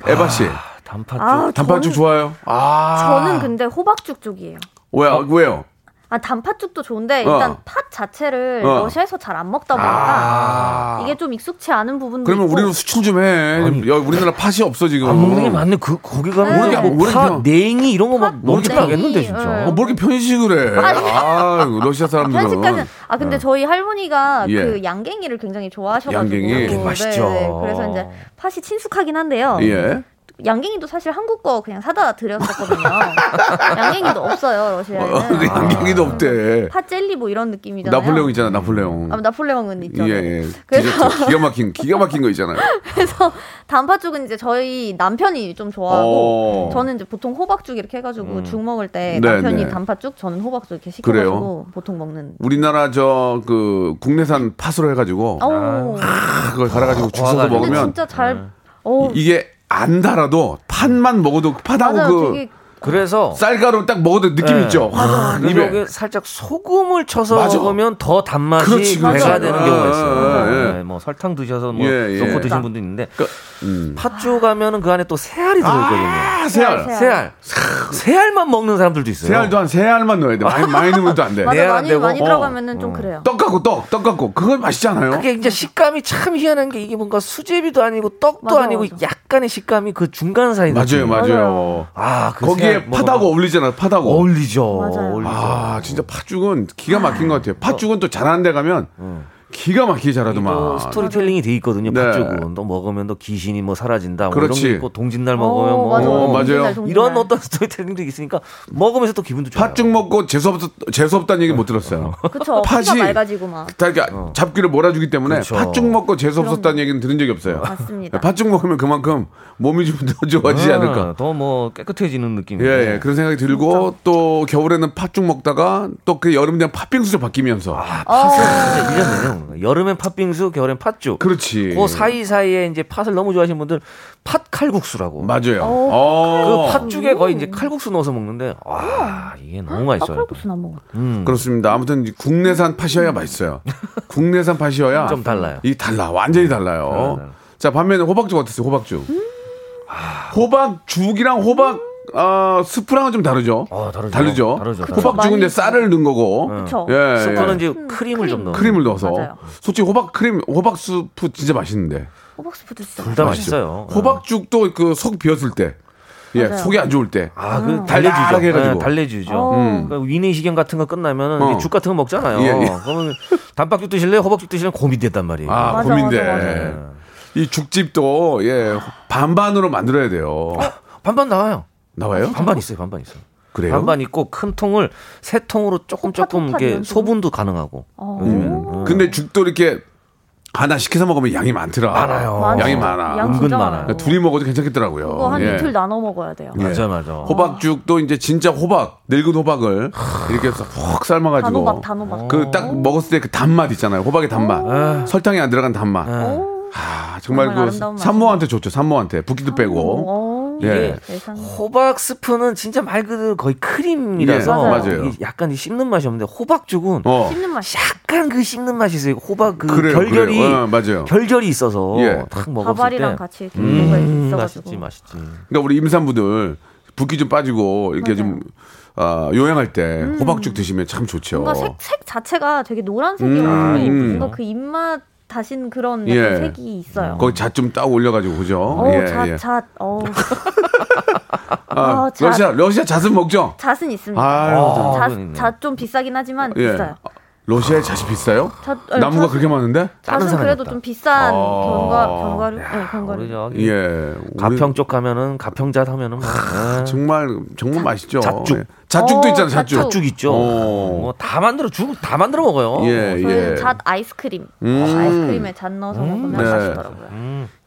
Speaker 3: 에바 씨,
Speaker 10: 아, 단팥죽.
Speaker 9: 아,
Speaker 3: 단팥죽
Speaker 9: 저는,
Speaker 3: 좋아요? 아,
Speaker 9: 저는 근데 호박죽 쪽이에요.
Speaker 3: 왜요? 왜요?
Speaker 9: 아, 단팥죽도 좋은데, 일단
Speaker 3: 어.
Speaker 9: 팥 자체를
Speaker 3: 어.
Speaker 9: 러시아에서 잘 안 먹다 보니까, 이게 좀 익숙치 않은 부분도
Speaker 3: 그러면
Speaker 9: 있고.
Speaker 3: 우리는 수출 좀 해. 야, 우리나라 팥이 없어 지금.
Speaker 10: 뭐 안 먹는 게 맞네. 그 거기 가면
Speaker 3: 모르게 안- 모르게
Speaker 10: 파,
Speaker 3: 그냥-
Speaker 10: 냉이 이런 거 막
Speaker 9: 팥,
Speaker 10: 너무
Speaker 9: 냉이,
Speaker 10: 하겠는데 진짜. 아,
Speaker 9: 예.
Speaker 3: 어, 뭐 이렇게 편식을 해? 아, 러시아 사람들은.
Speaker 9: 편식까지는 아 근데 저희 할머니가
Speaker 3: 예.
Speaker 9: 그 양갱이를 굉장히 좋아하셔가지고 네,
Speaker 3: 양갱이. 양갱
Speaker 10: 맛있죠.
Speaker 9: 그래서 이제 팥이 친숙하긴 한데요.
Speaker 3: 예.
Speaker 9: 양갱이도 사실 한국 거 그냥 사다 드렸었거든요. 양갱이도 없어요 러시아에는.
Speaker 3: 어, 근데 양갱이도 없대.
Speaker 9: 팥 젤리 뭐 이런 느낌이잖아요.
Speaker 3: 나폴레옹 있잖아, 나폴레옹.
Speaker 9: 아, 나폴레옹은 있죠.
Speaker 3: 예, 예.
Speaker 9: 그래서
Speaker 3: 디저트 기가 막힌 기가 막힌 거 있잖아요.
Speaker 9: 그래서 단팥죽은 이제 저희 남편이 좀 좋아하고
Speaker 3: 어.
Speaker 9: 뭐
Speaker 3: 음.
Speaker 9: 저는 이제 보통 호박죽 이렇게 해가지고 죽 먹을 때
Speaker 3: 네,
Speaker 9: 남편이
Speaker 3: 네.
Speaker 9: 단팥죽 저는 호박죽 이렇게
Speaker 3: 그래요?
Speaker 9: 시켜가지고 보통 먹는.
Speaker 3: 우리나라 저 그 국내산 팥으로 해가지고
Speaker 9: 어우.
Speaker 3: 그걸 갈아가지고 죽 써서
Speaker 10: 근데
Speaker 9: 근데
Speaker 3: 먹으면
Speaker 9: 진짜
Speaker 10: 네.
Speaker 9: 잘. 어,
Speaker 3: 이게 안 달아도 팥만 먹어도 팥하고
Speaker 9: 맞아요.
Speaker 3: 그
Speaker 9: 되게
Speaker 10: 그래서
Speaker 3: 쌀가루 딱 먹어도 느낌
Speaker 10: 예.
Speaker 3: 있죠. 아,
Speaker 10: 그래서
Speaker 3: 입에
Speaker 10: 여기 살짝 소금을 쳐서
Speaker 3: 맞아.
Speaker 10: 먹으면 더 단맛이
Speaker 3: 그렇지, 그렇지.
Speaker 10: 배가 되는 경우가
Speaker 3: 예,
Speaker 10: 있어요.
Speaker 3: 예.
Speaker 10: 네, 뭐 설탕 드셔서 뭐
Speaker 3: 예, 예.
Speaker 10: 넣고
Speaker 9: 그러니까.
Speaker 10: 드신 분도 있는데
Speaker 3: 음.
Speaker 10: 팥죽 하면은 그 안에 또 새알이 들어있거든요.
Speaker 3: 아, 새알.
Speaker 9: 새알.
Speaker 10: 새알. 새알만 먹는 사람들도 있어요.
Speaker 3: 새알도 한 세알만 넣어야 돼. 많이 많이 넣으면 또 안 돼.
Speaker 9: 네. 맞아
Speaker 10: 내야
Speaker 9: 많이
Speaker 10: 되고,
Speaker 9: 많이
Speaker 10: 어.
Speaker 9: 들어가면은 좀 그래요.
Speaker 3: 떡 갖고 떡, 떡 갖고 그건 맛있잖아요.
Speaker 10: 그게 이제 식감이 참 희한한 게 이게 뭔가 수제비도 아니고 떡도
Speaker 9: 맞아,
Speaker 10: 아니고
Speaker 9: 맞아.
Speaker 10: 약간의 식감이 그 중간 사이
Speaker 3: 맞아요, 맞아요.
Speaker 10: 아, 그
Speaker 3: 거기에
Speaker 10: 새알
Speaker 3: 팥하고
Speaker 10: 먹으면
Speaker 3: 어울리잖아요, 팥하고.
Speaker 10: 어울리죠.
Speaker 9: 맞아요.
Speaker 10: 어울리죠.
Speaker 3: 아, 진짜 팥죽은 기가 막힌 것 같아요. 팥죽은 또 잘하는 데 가면 기가 막히게 잘하더만.
Speaker 10: 스토리텔링이 돼 있거든요.
Speaker 3: 아, 네.
Speaker 10: 팥죽은 또 먹으면 또 귀신이 뭐 사라진다. 뭐 이런
Speaker 3: 그렇지.
Speaker 10: 게 있고 동짓날 먹으면
Speaker 3: 오,
Speaker 10: 뭐
Speaker 3: 맞아, 어, 동짓날, 맞아요. 동짓날.
Speaker 10: 이런 어떤 스토리텔링도 있으니까 먹으면서 또 기분도 좋아요.
Speaker 3: 팥죽 먹고 재수 없 재수 없다는 얘기 못 들었어요.
Speaker 9: 그쵸.
Speaker 3: 팥이
Speaker 9: 피가 맑아지고 막.
Speaker 3: 다 이렇게 잡귀를 몰아주기 때문에
Speaker 10: 그렇죠.
Speaker 3: 팥죽 먹고 재수 없었다는 얘기는 들은 적이 없어요. 예,
Speaker 9: 맞습니다.
Speaker 3: 팥죽 먹으면 그만큼 몸이 좀 더 좋아지지 않을까.
Speaker 10: 어, 더 뭐 깨끗해지는 느낌.
Speaker 3: 예, 예, 그런 생각이 들고 또 겨울에는 팥죽 먹다가 또 그 여름 되면 팥빙수로 바뀌면서
Speaker 9: 어,
Speaker 10: 진짜 1년 내내 먹는 거예요. 여름엔 팥빙수, 겨울엔 팥죽.
Speaker 3: 그렇지.
Speaker 10: 그 사이 사이에 이제 팥을 너무 좋아하시는 분들 팥 칼국수라고.
Speaker 3: 맞아요.
Speaker 9: 오,
Speaker 3: 어.
Speaker 10: 그 팥죽에 거의 이제 칼국수 넣어서 먹는데 와 이게 너무 맛있어요.
Speaker 9: 무슨 안 먹어?
Speaker 3: 그렇습니다. 아무튼 이 국내산 팥이어야 맛있어요. 국내산 팥이어야
Speaker 10: 좀 달라요.
Speaker 3: 이 달라, 완전히 달라요. 자 반면에 호박죽 어땠어요? 호박죽. 호박죽이랑 호박 아, 스프랑은 좀 다르죠.
Speaker 10: 아, 다르죠.
Speaker 3: 다르죠.
Speaker 10: 다르죠, 다르죠.
Speaker 3: 호박죽은 이제
Speaker 9: 많이
Speaker 3: 쌀을 넣은 거고.
Speaker 9: 그쵸.
Speaker 3: 예, 예.
Speaker 10: 스프는 이제 크림을 좀 넣어.
Speaker 3: 크림을 넣어서.
Speaker 9: 맞아요.
Speaker 3: 솔직히 호박 크림, 호박 스프 진짜 맛있는데.
Speaker 9: 어, 호박스프도 진짜.
Speaker 10: 둘다 맛있어요.
Speaker 3: 호박죽도 그 속 비었을 때. 예,
Speaker 9: 맞아요.
Speaker 3: 속이 안 좋을 때.
Speaker 10: 아, 그
Speaker 3: 달달하게
Speaker 10: 달래주죠.
Speaker 3: 해가지고.
Speaker 10: 네, 달래주죠.
Speaker 9: 어.
Speaker 10: 그러니까 위내시경 같은 거 끝나면 은
Speaker 3: 음. 어.
Speaker 10: 죽 같은 거 먹잖아요.
Speaker 3: 예, 예.
Speaker 10: 그러면 단박죽 드실래요? 호박죽 드실래요? 고민됐단 말이에요. 네.
Speaker 3: 아, 네.
Speaker 9: 맞아,
Speaker 3: 고민돼.
Speaker 9: 맞아,
Speaker 10: 맞아.
Speaker 3: 이 죽집도 예, 반반으로 만들어야 돼요.
Speaker 10: 반반 나와요.
Speaker 3: 나와요?
Speaker 10: 아, 반반 있어요. 반반 있어요.
Speaker 3: 그래요?
Speaker 10: 반반 있고 큰 통을 세 통으로 조금
Speaker 9: 그
Speaker 10: 조금
Speaker 9: 호파,
Speaker 10: 이렇게
Speaker 9: 연수.
Speaker 10: 소분도 가능하고.
Speaker 9: 어.
Speaker 10: 요즘에는. 어.
Speaker 3: 음. 근데 죽도 이렇게 하나 시켜서 먹으면 양이 많더라.
Speaker 10: 많아요.
Speaker 9: 많아.
Speaker 3: 양이 많아. 음.
Speaker 9: 양
Speaker 10: 은근
Speaker 9: 진짜
Speaker 10: 많아요. 네.
Speaker 9: 많아요.
Speaker 3: 둘이 먹어도 괜찮겠더라고요.
Speaker 9: 그거 한
Speaker 3: 예.
Speaker 9: 이틀 나눠 먹어야 돼요.
Speaker 3: 예.
Speaker 10: 맞아 맞아.
Speaker 3: 호박죽도 이제 진짜 호박, 늙은 호박을 이렇게 해서 푹 삶아가지고.
Speaker 9: 단호박, 단호박.
Speaker 3: 그 딱 먹었을 때 그 단맛 있잖아요. 호박의 단맛. 설탕이 안 들어간 단맛.
Speaker 10: 네.
Speaker 9: 오.
Speaker 3: 아, 정말,
Speaker 9: 정말
Speaker 3: 그
Speaker 9: 아름다운
Speaker 3: 산모한테 좋죠. 산모한테. 붓기도
Speaker 9: 어?
Speaker 3: 빼고.
Speaker 9: 오.
Speaker 3: 예.
Speaker 9: 세상에.
Speaker 10: 호박 스프는 진짜 말 그대로 거의 크림이라서
Speaker 3: 예, 맞아요.
Speaker 10: 이게 약간 씹는 맛이 없는데 호박죽은
Speaker 3: 어.
Speaker 9: 씹는 맛이.
Speaker 10: 약간 그 씹는 맛이 있어요. 호박 그
Speaker 3: 그래요,
Speaker 10: 결결이
Speaker 3: 그래요. 어, 맞아요.
Speaker 10: 결결이 있어서
Speaker 3: 예.
Speaker 10: 딱 먹었을 때
Speaker 9: 밥알이랑 같이 이렇게 뭔가
Speaker 10: 음,
Speaker 9: 있어가지고.
Speaker 10: 맛있지 맛있지.
Speaker 3: 그러니까 우리 임산부들 붓기 좀 빠지고 이렇게 좀 아, 요양할 때 호박죽 드시면 참 좋죠.
Speaker 9: 음. 뭔가 색, 색 자체가 되게 노란색이어서
Speaker 3: 어. 음, 음.
Speaker 9: 뭔가 그 입맛 다신 그런
Speaker 3: 예.
Speaker 9: 약간 색이 있어요.
Speaker 3: 거기 잣 좀 딱 올려가지고 그죠? 예,
Speaker 9: 어, 잣, 잣, 어,
Speaker 3: 아,
Speaker 9: 아, 잣.
Speaker 3: 러시아 러시아 잣은 먹죠?
Speaker 9: 잣은 있습니다. 어,
Speaker 3: 아유, 음.
Speaker 10: 아,
Speaker 9: 잣,
Speaker 10: 그건 있네.
Speaker 9: 잣좀 비싸긴 하지만
Speaker 3: 예.
Speaker 9: 비싸요.
Speaker 3: 러시아의 잣이 비싸요?
Speaker 9: 잣, 예,
Speaker 3: 나무가
Speaker 9: 잣은-
Speaker 3: 그렇게 많은데?
Speaker 10: 다른
Speaker 9: 잣은
Speaker 10: 사람이
Speaker 9: 그래도
Speaker 10: 없다.
Speaker 9: 좀 비싼
Speaker 3: 아.
Speaker 9: 견과, 견과류, 예,
Speaker 10: 우리
Speaker 9: 견과류.
Speaker 10: 저기
Speaker 3: 예. 우리
Speaker 10: 가평 쪽 가면은 가평잣 하면은 뭐, 아,
Speaker 3: 정말 정말 맛있죠.
Speaker 10: 잣죽.
Speaker 3: 예. 잣죽도
Speaker 9: 어,
Speaker 3: 있잖아요. 잣죽.
Speaker 9: 잣죽.
Speaker 10: 죽 있죠.
Speaker 3: 어.
Speaker 10: 뭐 다 만들어 죽 다 만들어 먹어요.
Speaker 3: 예,
Speaker 9: 저희는
Speaker 3: 예.
Speaker 9: 잣 아이스크림.
Speaker 3: 음.
Speaker 9: 아이스크림에 잣 넣어서
Speaker 10: 음.
Speaker 9: 먹으면
Speaker 3: 네.
Speaker 9: 맛있더라고요.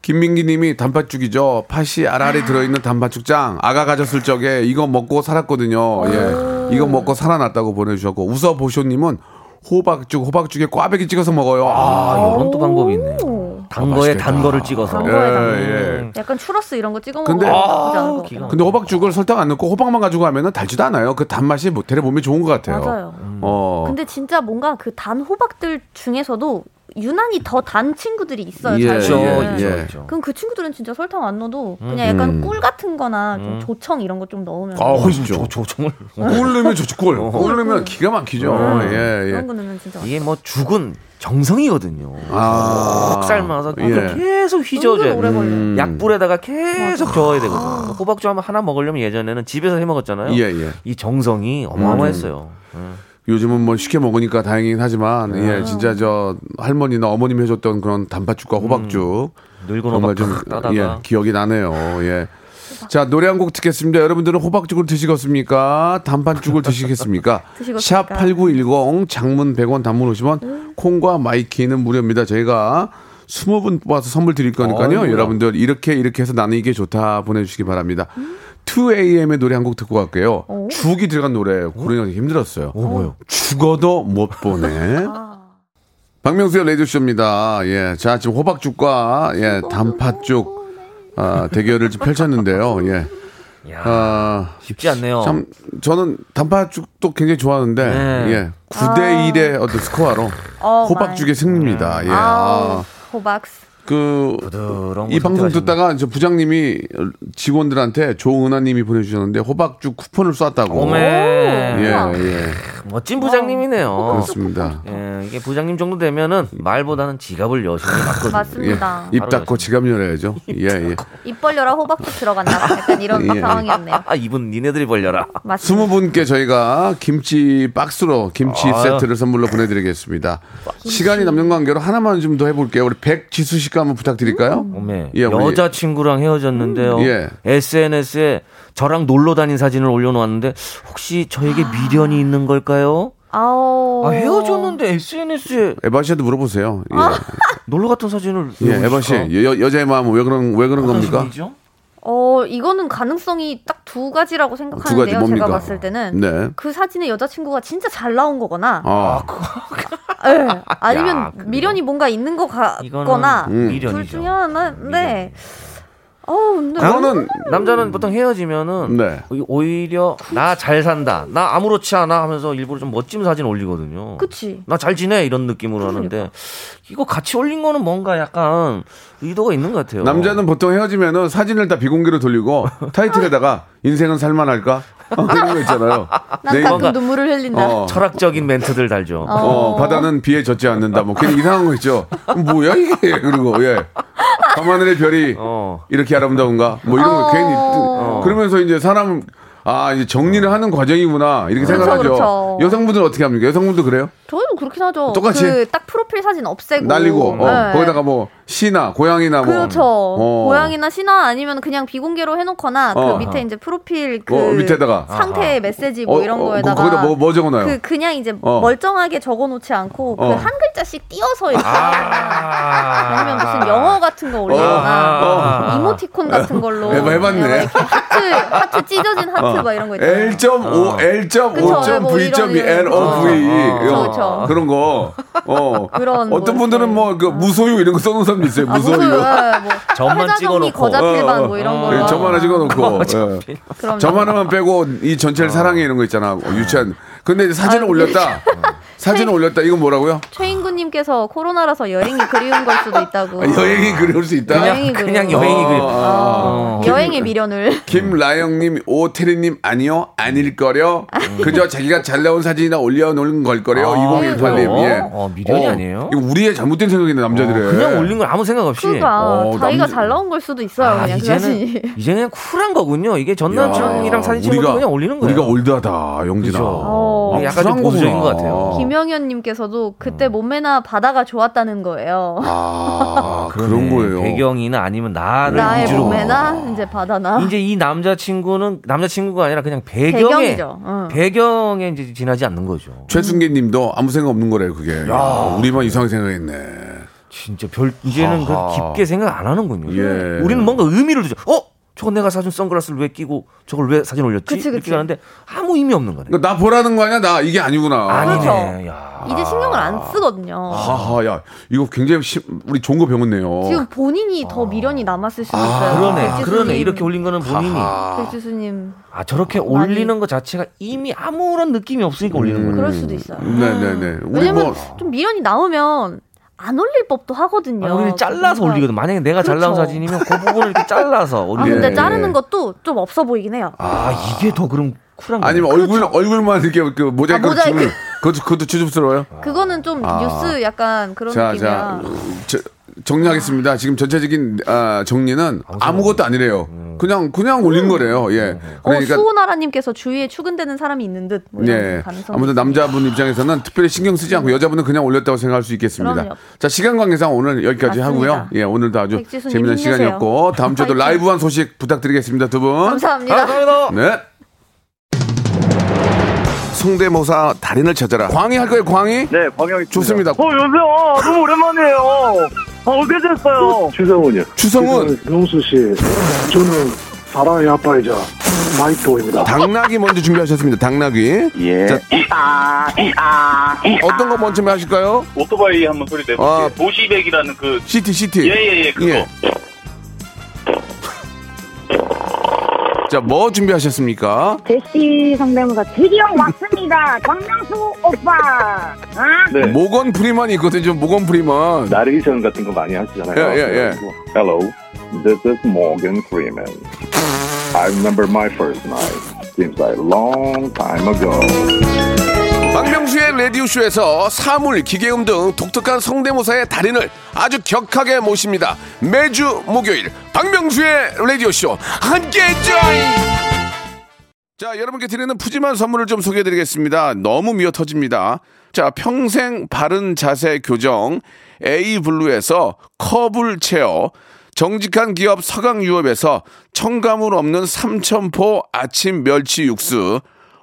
Speaker 3: 김민기님이 단팥죽이죠. 팥이 알알이 들어있는 단팥죽장. 아가 가졌을 적에 이거 먹고 살았거든요. 예, 이거 먹고 살아났다고 보내주셨고 웃어 보쇼님은 호박죽 호박죽에 꽈배기 찍어서 먹어요.
Speaker 10: 아,
Speaker 3: 아,
Speaker 10: 이런 또 방법이 있네요. 단 거에
Speaker 3: 맛있겠다.
Speaker 10: 단 거를 찍어서. 음,
Speaker 9: 그런 거에다가
Speaker 3: 예, 예.
Speaker 9: 약간 추러스 이런 거 찍어 먹으면
Speaker 3: 근데-
Speaker 9: 나쁘지 않을 것
Speaker 10: 기가
Speaker 9: 같아요.
Speaker 3: 근데 호박죽을 설탕 안 넣고 호박만 가지고 하면은 달지도 않아요. 그 단맛이 뭐 대려 몸에 좋은 것 같아요.
Speaker 9: 맞아요.
Speaker 3: 어.
Speaker 9: 근데 진짜 뭔가 그 단 호박들 중에서도 유난히 더 단 친구들이 있어요.
Speaker 3: 예,
Speaker 9: 자기
Speaker 10: 그렇죠. 음.
Speaker 9: 보면은.
Speaker 3: 예. 음.
Speaker 10: 그렇죠.
Speaker 9: 그럼 그 친구들은 진짜 설탕 안 넣어도 그냥 약간 꿀 같은 거나
Speaker 10: 음.
Speaker 9: 좀 조청 이런 거 좀 넣으면
Speaker 3: 아, 훨씬
Speaker 10: 조,
Speaker 3: 좋죠.
Speaker 10: 조청을
Speaker 3: 꿀 넣으면 좋죠. 꿀. 꿀 넣으면 기가 막히죠. 예,
Speaker 9: 그런
Speaker 3: 예.
Speaker 9: 거 넣으면 진짜 맛있어요.
Speaker 10: 이게 뭐 죽은 정성이거든요.
Speaker 3: 아.
Speaker 10: 푹 삶아서
Speaker 3: 예.
Speaker 10: 계속
Speaker 9: 은근
Speaker 10: 휘저어줘야
Speaker 9: 오래
Speaker 10: 돼요.
Speaker 9: 걸려요. 아.
Speaker 3: 음.
Speaker 10: 약불에다가 계속 저어야 되거든요. 호박죽 한번 하나 먹으려면 예전에는 집에서 해 먹었잖아요.
Speaker 3: 예, 음. 예.
Speaker 10: 이 정성이 어마어마했어요.
Speaker 3: 요즘은 뭐 쉽게 먹으니까 다행이긴 하지만
Speaker 10: 네.
Speaker 3: 예 진짜 저 할머니나 어머님 해줬던 그런 단팥죽과 호박죽
Speaker 10: 늙은
Speaker 3: 정말
Speaker 10: 음, 호박
Speaker 3: 좀
Speaker 10: 좀 따다가
Speaker 3: 예, 기억이 나네요 예. 자 노래 한 곡 듣겠습니다 여러분들은 호박죽을 드시겠습니까 단팥죽을 드시겠습니까 네.
Speaker 9: 드시겠습니까?
Speaker 3: 샵8910 장문 100원 단문 50원 콩과 마이키는 무료입니다 저희가 20분 뽑아서 선물 드릴 거니까요
Speaker 10: 어이구야.
Speaker 3: 여러분들 이렇게 이렇게 해서 나는 이게 좋다 보내주시기 바랍니다 2AM의 노래 한 곡 듣고 갈게요 죽이 들어간 노래 고르기가 되게 힘들었어요
Speaker 10: 오, 뭐요?
Speaker 3: 죽어도 못 보네. 박명수의 레디쇼입니다. 예. 자, 지금 호박죽과, 예, 단팥죽, 아, 대결을 지금 펼쳤는데요. 예.
Speaker 10: 야,
Speaker 3: 아,
Speaker 10: 쉽지 않네요.
Speaker 3: 참, 저는 단팥죽도 굉장히 좋아하는데,
Speaker 10: 네.
Speaker 3: 예. 9대 1의 어떤 스코어로
Speaker 9: 어,
Speaker 3: 호박죽의 승리입니다. 예.
Speaker 9: 마이. 아우,
Speaker 3: 아,
Speaker 9: 호박스.
Speaker 3: 그,
Speaker 10: 네. 부드러운
Speaker 3: 이
Speaker 10: 걸
Speaker 3: 방송
Speaker 10: 선택하시네.
Speaker 3: 듣다가 이제 부장님이 직원들한테 조은하님이 보내주셨는데 호박죽 쿠폰을 쐈다고.
Speaker 10: 오메.
Speaker 3: 어, 예, 예.
Speaker 10: 멋진 부장님이네요.
Speaker 9: 어,
Speaker 3: 그렇습니다.
Speaker 10: 예, 이게 부장님 정도 되면은 말보다는 지갑을 여시는 게 맞거든요.
Speaker 9: 맞습니다.
Speaker 3: 예. 입 닫고 지갑 열어야죠. 예, 예.
Speaker 9: 입 벌려라 호박즙 들어간다. 약간 이런
Speaker 3: 예.
Speaker 9: 상황이었네요.
Speaker 10: 아, 이분 니네들이 벌려라.
Speaker 9: 맞습니다.
Speaker 3: 스무 분께 저희가 김치 박스로 김치
Speaker 10: 아유.
Speaker 3: 세트를 선물로 보내드리겠습니다. 시간이 남는 관계로 하나만 좀 더 해볼게요. 우리 백지수 씨가 한번 부탁드릴까요?
Speaker 10: 어메,
Speaker 3: 예, 우리-
Speaker 10: 여자친구랑 헤어졌는데요.
Speaker 3: 음. 예.
Speaker 10: SNS에 저랑 놀러 다닌 사진을 올려놓았는데 혹시 저에게 미련이 있는 걸까요?
Speaker 9: 아오.
Speaker 10: 아, 헤어졌는데 SNS에
Speaker 3: 에바 씨한테 물어보세요. 예,
Speaker 9: 아.
Speaker 10: 놀러 갔던 사진을
Speaker 3: 예,
Speaker 10: 왜 올릴까?
Speaker 3: 에바 씨 여, 여자의 마음 왜 그런 왜 그런
Speaker 10: 어떤
Speaker 3: 겁니까?
Speaker 10: 심리죠?
Speaker 9: 어, 이거는 가능성이 딱 두 가지라고 생각하는데요.
Speaker 3: 가지 뭡니까?
Speaker 9: 아, 제가 봤을 때는
Speaker 3: 네.
Speaker 9: 그 사진에 여자친구가 진짜 잘 나온 거거나
Speaker 3: 아,
Speaker 9: 예. 아니면
Speaker 10: 야, 그거.
Speaker 9: 미련이 뭔가 있는 거
Speaker 10: 이거는
Speaker 9: 같거나
Speaker 3: 음.
Speaker 9: 둘 중에
Speaker 10: 미련이죠.
Speaker 9: 하나인데 어우 근데
Speaker 3: 저는
Speaker 10: 남자는 보통 헤어지면은
Speaker 3: 네.
Speaker 10: 오히려 나 잘 산다, 나 아무렇지 않아 하면서 일부러 좀 멋진 사진 올리거든요.
Speaker 9: 그치 그러니까.
Speaker 10: 나 잘 지내 이런 느낌으로 하는데 이거 같이 올린 거는 뭔가 약간 의도가 있는 것 같아요.
Speaker 3: 남자는 보통 헤어지면은 사진을 다 비공개로 돌리고 타이틀에다가 인생은 살만할까 이런 거 있잖아요.
Speaker 9: 난
Speaker 3: 내
Speaker 9: 가끔
Speaker 10: 뭔가-
Speaker 9: 눈물을 흘린다
Speaker 3: 네. 어,
Speaker 10: 철학적인 멘트들 달죠.
Speaker 9: 어.
Speaker 3: 어, 바다는 비에 젖지 않는다. 뭐 그냥 이상한 거 있죠. 뭐야 이게 그리고 예. 밤하늘의 별이
Speaker 10: 어.
Speaker 3: 이렇게 아름다운가? 뭐 이런 거
Speaker 9: 어.
Speaker 3: 괜히 뜨- 그러면서 이제 사람 아 이제 정리를 하는 과정이구나 이렇게 생각하죠.
Speaker 9: 그렇죠.
Speaker 3: 여성분들은 어떻게 합니까? 여성분도 그래요?
Speaker 9: 저희는 그렇긴 하죠
Speaker 3: 똑같이?
Speaker 9: 그 딱 프로필 사진 없애고
Speaker 3: 날리고 어,
Speaker 9: 예.
Speaker 3: 거기다가 뭐 시나 고양이나 뭐
Speaker 9: 그렇죠
Speaker 3: 어.
Speaker 9: 고양이나 신화 아니면 그냥 비공개로 해놓거나
Speaker 3: 어.
Speaker 9: 그 밑에 이제 프로필 그
Speaker 3: 어, 밑에다가.
Speaker 9: 상태 메시지 뭐
Speaker 3: 어,
Speaker 9: 이런
Speaker 3: 어,
Speaker 9: 거에다가
Speaker 3: 거기다 뭐, 뭐 적어놔요?
Speaker 9: 그 그냥 이제
Speaker 3: 어.
Speaker 9: 멀쩡하게 적어놓지 않고
Speaker 3: 어.
Speaker 9: 그 한 글자씩 띄어서 이렇게 아니면
Speaker 10: 아니면
Speaker 9: 무슨 영어 같은 거 올리거나 뭐
Speaker 10: 어.
Speaker 9: 이모티콘 같은 걸로
Speaker 3: 어. 해봐- 해봤네.
Speaker 9: 그냥 이렇게 하트 하트 찢어진 하트 막 이런 거 있잖아요.
Speaker 3: L.5,
Speaker 9: 그, 그쵸, 뭐
Speaker 3: L.5.V.2,
Speaker 9: 이런, 이런.
Speaker 3: L.O.V.
Speaker 9: 그쵸, 그쵸.
Speaker 3: 어, 그런 거. 어.
Speaker 9: 그런
Speaker 3: 어떤
Speaker 9: 뭐
Speaker 3: 분들은
Speaker 9: 이렇게.
Speaker 3: 뭐 그 무소유 이런 거 써놓은 사람도 있어요.
Speaker 9: 아, 무슨
Speaker 3: 무소유.
Speaker 9: 예, 뭐
Speaker 10: 점만
Speaker 9: 회자정리
Speaker 10: 찍어놓고.
Speaker 9: 거자필반 뭐
Speaker 3: 어,
Speaker 9: 이런
Speaker 3: 어.
Speaker 9: 거.
Speaker 10: 네,
Speaker 3: 예, 점 하나 찍어놓고. 예.
Speaker 9: 그럼
Speaker 3: 점 하나만 빼고 이 전체를 사랑해 이런 거 있잖아. 어, 유치한. 근데 이제
Speaker 10: 아,
Speaker 3: 사진을 올렸다.
Speaker 10: 네.
Speaker 3: 사진을 올렸다. 이건 뭐라고요?
Speaker 9: 최인구님께서 코로나라서 여행이 그리운 걸 수도 있다고.
Speaker 3: 아, 여행이 그리울 수 있다. 어,
Speaker 9: 여행이 그리운.
Speaker 10: 어. 그냥 아. 여행이 그려.
Speaker 9: 어, 여행의 미련을.
Speaker 3: 김라영님, 오태리님 아니요, 아닐 거려. 그저 자기가 잘 나온 사진이나 올려놓은 걸 거려.
Speaker 10: 음. 아,
Speaker 3: 2018님.
Speaker 10: 그래요?
Speaker 3: 예.
Speaker 10: 어, 미련이 아니에요? 어,
Speaker 3: 이거 우리의 잘못된 생각인데 남자들의.
Speaker 10: 그냥 올린 걸 아무 생각 없이.
Speaker 9: 그러니까
Speaker 3: 어,
Speaker 9: 자기가
Speaker 3: 남자-
Speaker 9: 잘 나온 걸 수도 있어요.
Speaker 10: 아,
Speaker 9: 그냥 그
Speaker 10: 이제는
Speaker 9: 자신이.
Speaker 10: 이제 그냥 쿨한 거군요. 이게 전
Speaker 3: 야,
Speaker 10: 남친이랑 사진 찍은
Speaker 3: 우리가-
Speaker 10: 것도 그냥 올리는 거예요.
Speaker 3: 우리가 올드하다, 영진아.
Speaker 10: 그죠.
Speaker 9: 어.
Speaker 3: 아,
Speaker 10: 약간 좀
Speaker 3: 쿨한
Speaker 10: 보수적인
Speaker 3: 거구나.
Speaker 10: 것 같아요.
Speaker 9: 김영현님께서도
Speaker 10: 어.
Speaker 9: 그때 몸매나 바다가 좋았다는 거예요.
Speaker 3: 아, 그런
Speaker 10: 그러네.
Speaker 3: 거예요.
Speaker 10: 배경이나 아니면 나를
Speaker 9: 나의
Speaker 10: 위주로. 아.
Speaker 9: 몸매나 이제 바다나.
Speaker 10: 이제 이 남자친구는 남자친구가 아니라 그냥 배경에
Speaker 9: 배경이죠. 어. 응.
Speaker 10: 배경에 이제 지나지 않는 거죠.
Speaker 3: 최순계님도 아무 생각 없는 거래요, 그게. 야, 우리만 이상하게 생각했네.
Speaker 10: 진짜 별 이제는 그
Speaker 3: 아하.
Speaker 10: 깊게 생각 안 하는군요.
Speaker 3: 예.
Speaker 10: 우리는 뭔가 의미를 두죠. 어? 저거 내가 사준 선글라스를 왜 끼고 저걸 왜 사진 올렸지?
Speaker 9: 그치, 그치.
Speaker 10: 이렇게 하는데 아무 의미 없는 거네.
Speaker 3: 그러니까 나 보라는 거 아니야? 나 이게 아니구나.
Speaker 10: 아니네. 아. 야.
Speaker 9: 이제 신경을 안 쓰거든요.
Speaker 3: 하하, 야, 이거 굉장히 심, 우리 좋은 거 배웠네요.
Speaker 9: 지금 본인이 더 미련이 남았을 수도 있어요.
Speaker 10: 아. 그러네.
Speaker 9: 백지수님.
Speaker 10: 그러네. 이렇게 올린 거는 본인이
Speaker 9: 백지수님
Speaker 10: 아 저렇게 올리는 것 자체가 이미 아무런 느낌이 없으니까 올리는 거예요.
Speaker 9: 그럴 수도 있어요.
Speaker 3: 네네네. 우리
Speaker 9: 왜냐면
Speaker 3: 뭐,
Speaker 9: 좀 미련이 남으면 안 올릴 법도 하거든요.
Speaker 10: 아니, 우리 잘라서
Speaker 9: 뭔가-
Speaker 10: 올리거든. 만약에 내가 잘 나온
Speaker 9: 그렇죠.
Speaker 10: 사진이면 그 부분을 이렇게 잘라서
Speaker 9: 아
Speaker 10: 올리는.
Speaker 9: 근데
Speaker 3: 예, 예.
Speaker 9: 자르는 것도 좀 없어 보이긴 해요.
Speaker 10: 아 이게 더 그럼 쿨한 거.
Speaker 3: 아니면 얼굴, 얼굴만 이렇게 그 모자이크
Speaker 9: 그렇죠. 아, 모자이크.
Speaker 3: 주면, 그것도, 그것도 추접스러워요.
Speaker 9: 그거는 좀 뉴스 약간 그런
Speaker 3: 아. 자,
Speaker 9: 느낌이야.
Speaker 3: 자, 저, 정리하겠습니다. 지금 전체적인 아, 정리는 아무것도 아니래요. 그냥, 그냥 올린 거래요. 예.
Speaker 9: 음. 어, 수호나라님께서 주위에 추근되는 사람이 있는 듯. 뭐 이런
Speaker 3: 네.
Speaker 9: 가능성.
Speaker 3: 아무튼 남자분 입장에서는 특별히 신경 쓰지 않고 여자분은 그냥 올렸다고 생각할 수 있겠습니다.
Speaker 9: 그럼요.
Speaker 3: 자, 시간 관계상 오늘 여기까지
Speaker 9: 맞습니다.
Speaker 3: 하고요. 예, 오늘도 아주
Speaker 9: 백지수님
Speaker 3: 재미난
Speaker 9: 힘내세요.
Speaker 3: 시간이었고 다음 주에도
Speaker 9: 화이팅.
Speaker 3: 라이브한 소식 부탁드리겠습니다. 두 분.
Speaker 9: 감사합니다.
Speaker 3: 네. 성대모사 달인을 찾아라. 광희 할 거예요, 광희?
Speaker 5: 네, 광영이
Speaker 3: 좋습니다.
Speaker 4: 어, 여보세요. 아, 너무 오랜만이에요. 아, 어떻게 됐어요?
Speaker 5: 추성훈이요.
Speaker 3: 추성훈,
Speaker 11: 명수 씨, 저는 사랑의 아빠이자 마이토입니다.
Speaker 3: 당나귀 먼저 준비하셨습니다. 당나귀.
Speaker 5: 예.
Speaker 3: 자, 어떤 거 먼저 하실까요?
Speaker 6: 오토바이 한번 소리 내볼게요.
Speaker 3: 아.
Speaker 6: 도시백이라는 그
Speaker 3: 시티, 시티.
Speaker 6: 예예예 그거.
Speaker 3: 예. 자, 뭐 준비하셨습니까?
Speaker 7: 제시 성대모사 드디어 왔습니다. 박명수 오빠. 아?
Speaker 5: 네.
Speaker 3: 모건 프리먼이 있거든요. 모건 프리먼.
Speaker 6: 네.
Speaker 5: 나레이션 같은 거 많이 하시잖아요.
Speaker 3: 예, 예, 예.
Speaker 5: 그래가지고, Hello, this is Morgan Freeman. I remember my first night. Seems like long time ago.
Speaker 3: 박명수의 라디오쇼에서 사물, 기계음 등 독특한 성대모사의 달인을 아주 격하게 모십니다. 매주 목요일 박명수의 라디오쇼 함께 join! 자, 여러분께 드리는 푸짐한 선물을 좀 소개해 드리겠습니다. 너무 미어 터집니다. 자, 평생 바른 자세 교정 A 블루에서 커블 체어 정직한 기업 서강유업에서 청가물 없는 삼천포 아침 멸치 육수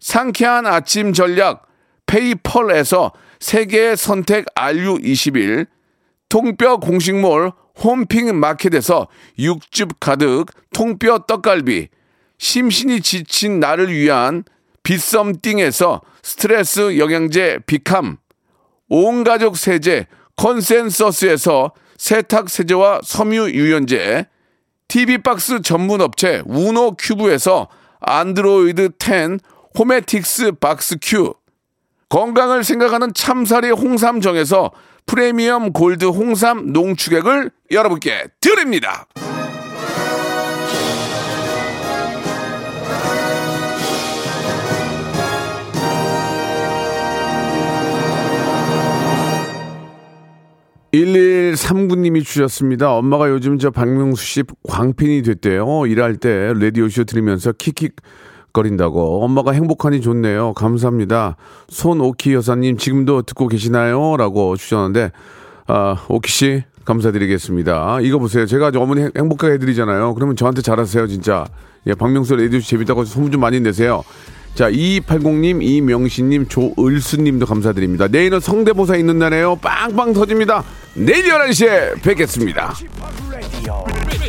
Speaker 3: 상쾌한 아침 전략 페이펄에서 세계의 선택 RU21 통뼈 공식몰 홈핑 마켓에서 육즙 가득 통뼈 떡갈비 심신이 지친 나를 위한 비썸띵에서 스트레스 영양제 비캄 온가족 세제 컨센서스에서 세탁 세제와 섬유 유연제 TV박스 전문업체 우노큐브에서 안드로이드 10 호메틱스 박스 큐 건강을 생각하는 참사리 홍삼정에서 프리미엄 골드 홍삼 농축액을 여러분께 드립니다. 일일 삼구님이 주셨습니다. 엄마가 요즘 저 박명수 씨 광팬이 됐대요. 일할 때 라디오쇼 들으면서 킥킥 거린다고. 엄마가 행복하니 좋네요. 감사합니다. 손오키 여사님 지금도 듣고 계시나요? 라고 주셨는데, 아, 오키 씨 감사드리겠습니다. 이거 보세요. 제가 아주 어머니 행- 행복하게 해드리잖아요. 그러면 저한테 잘하세요, 진짜. 예, 박명수 라디오쇼 재밌다고 소문 좀 많이 내세요. 자, 2280님, 이명신님, 조을수님도 감사드립니다. 내일은 성대모사 있는 날이에요. 빵빵 터집니다. 내일 11시에 뵙겠습니다.
Speaker 1: radio.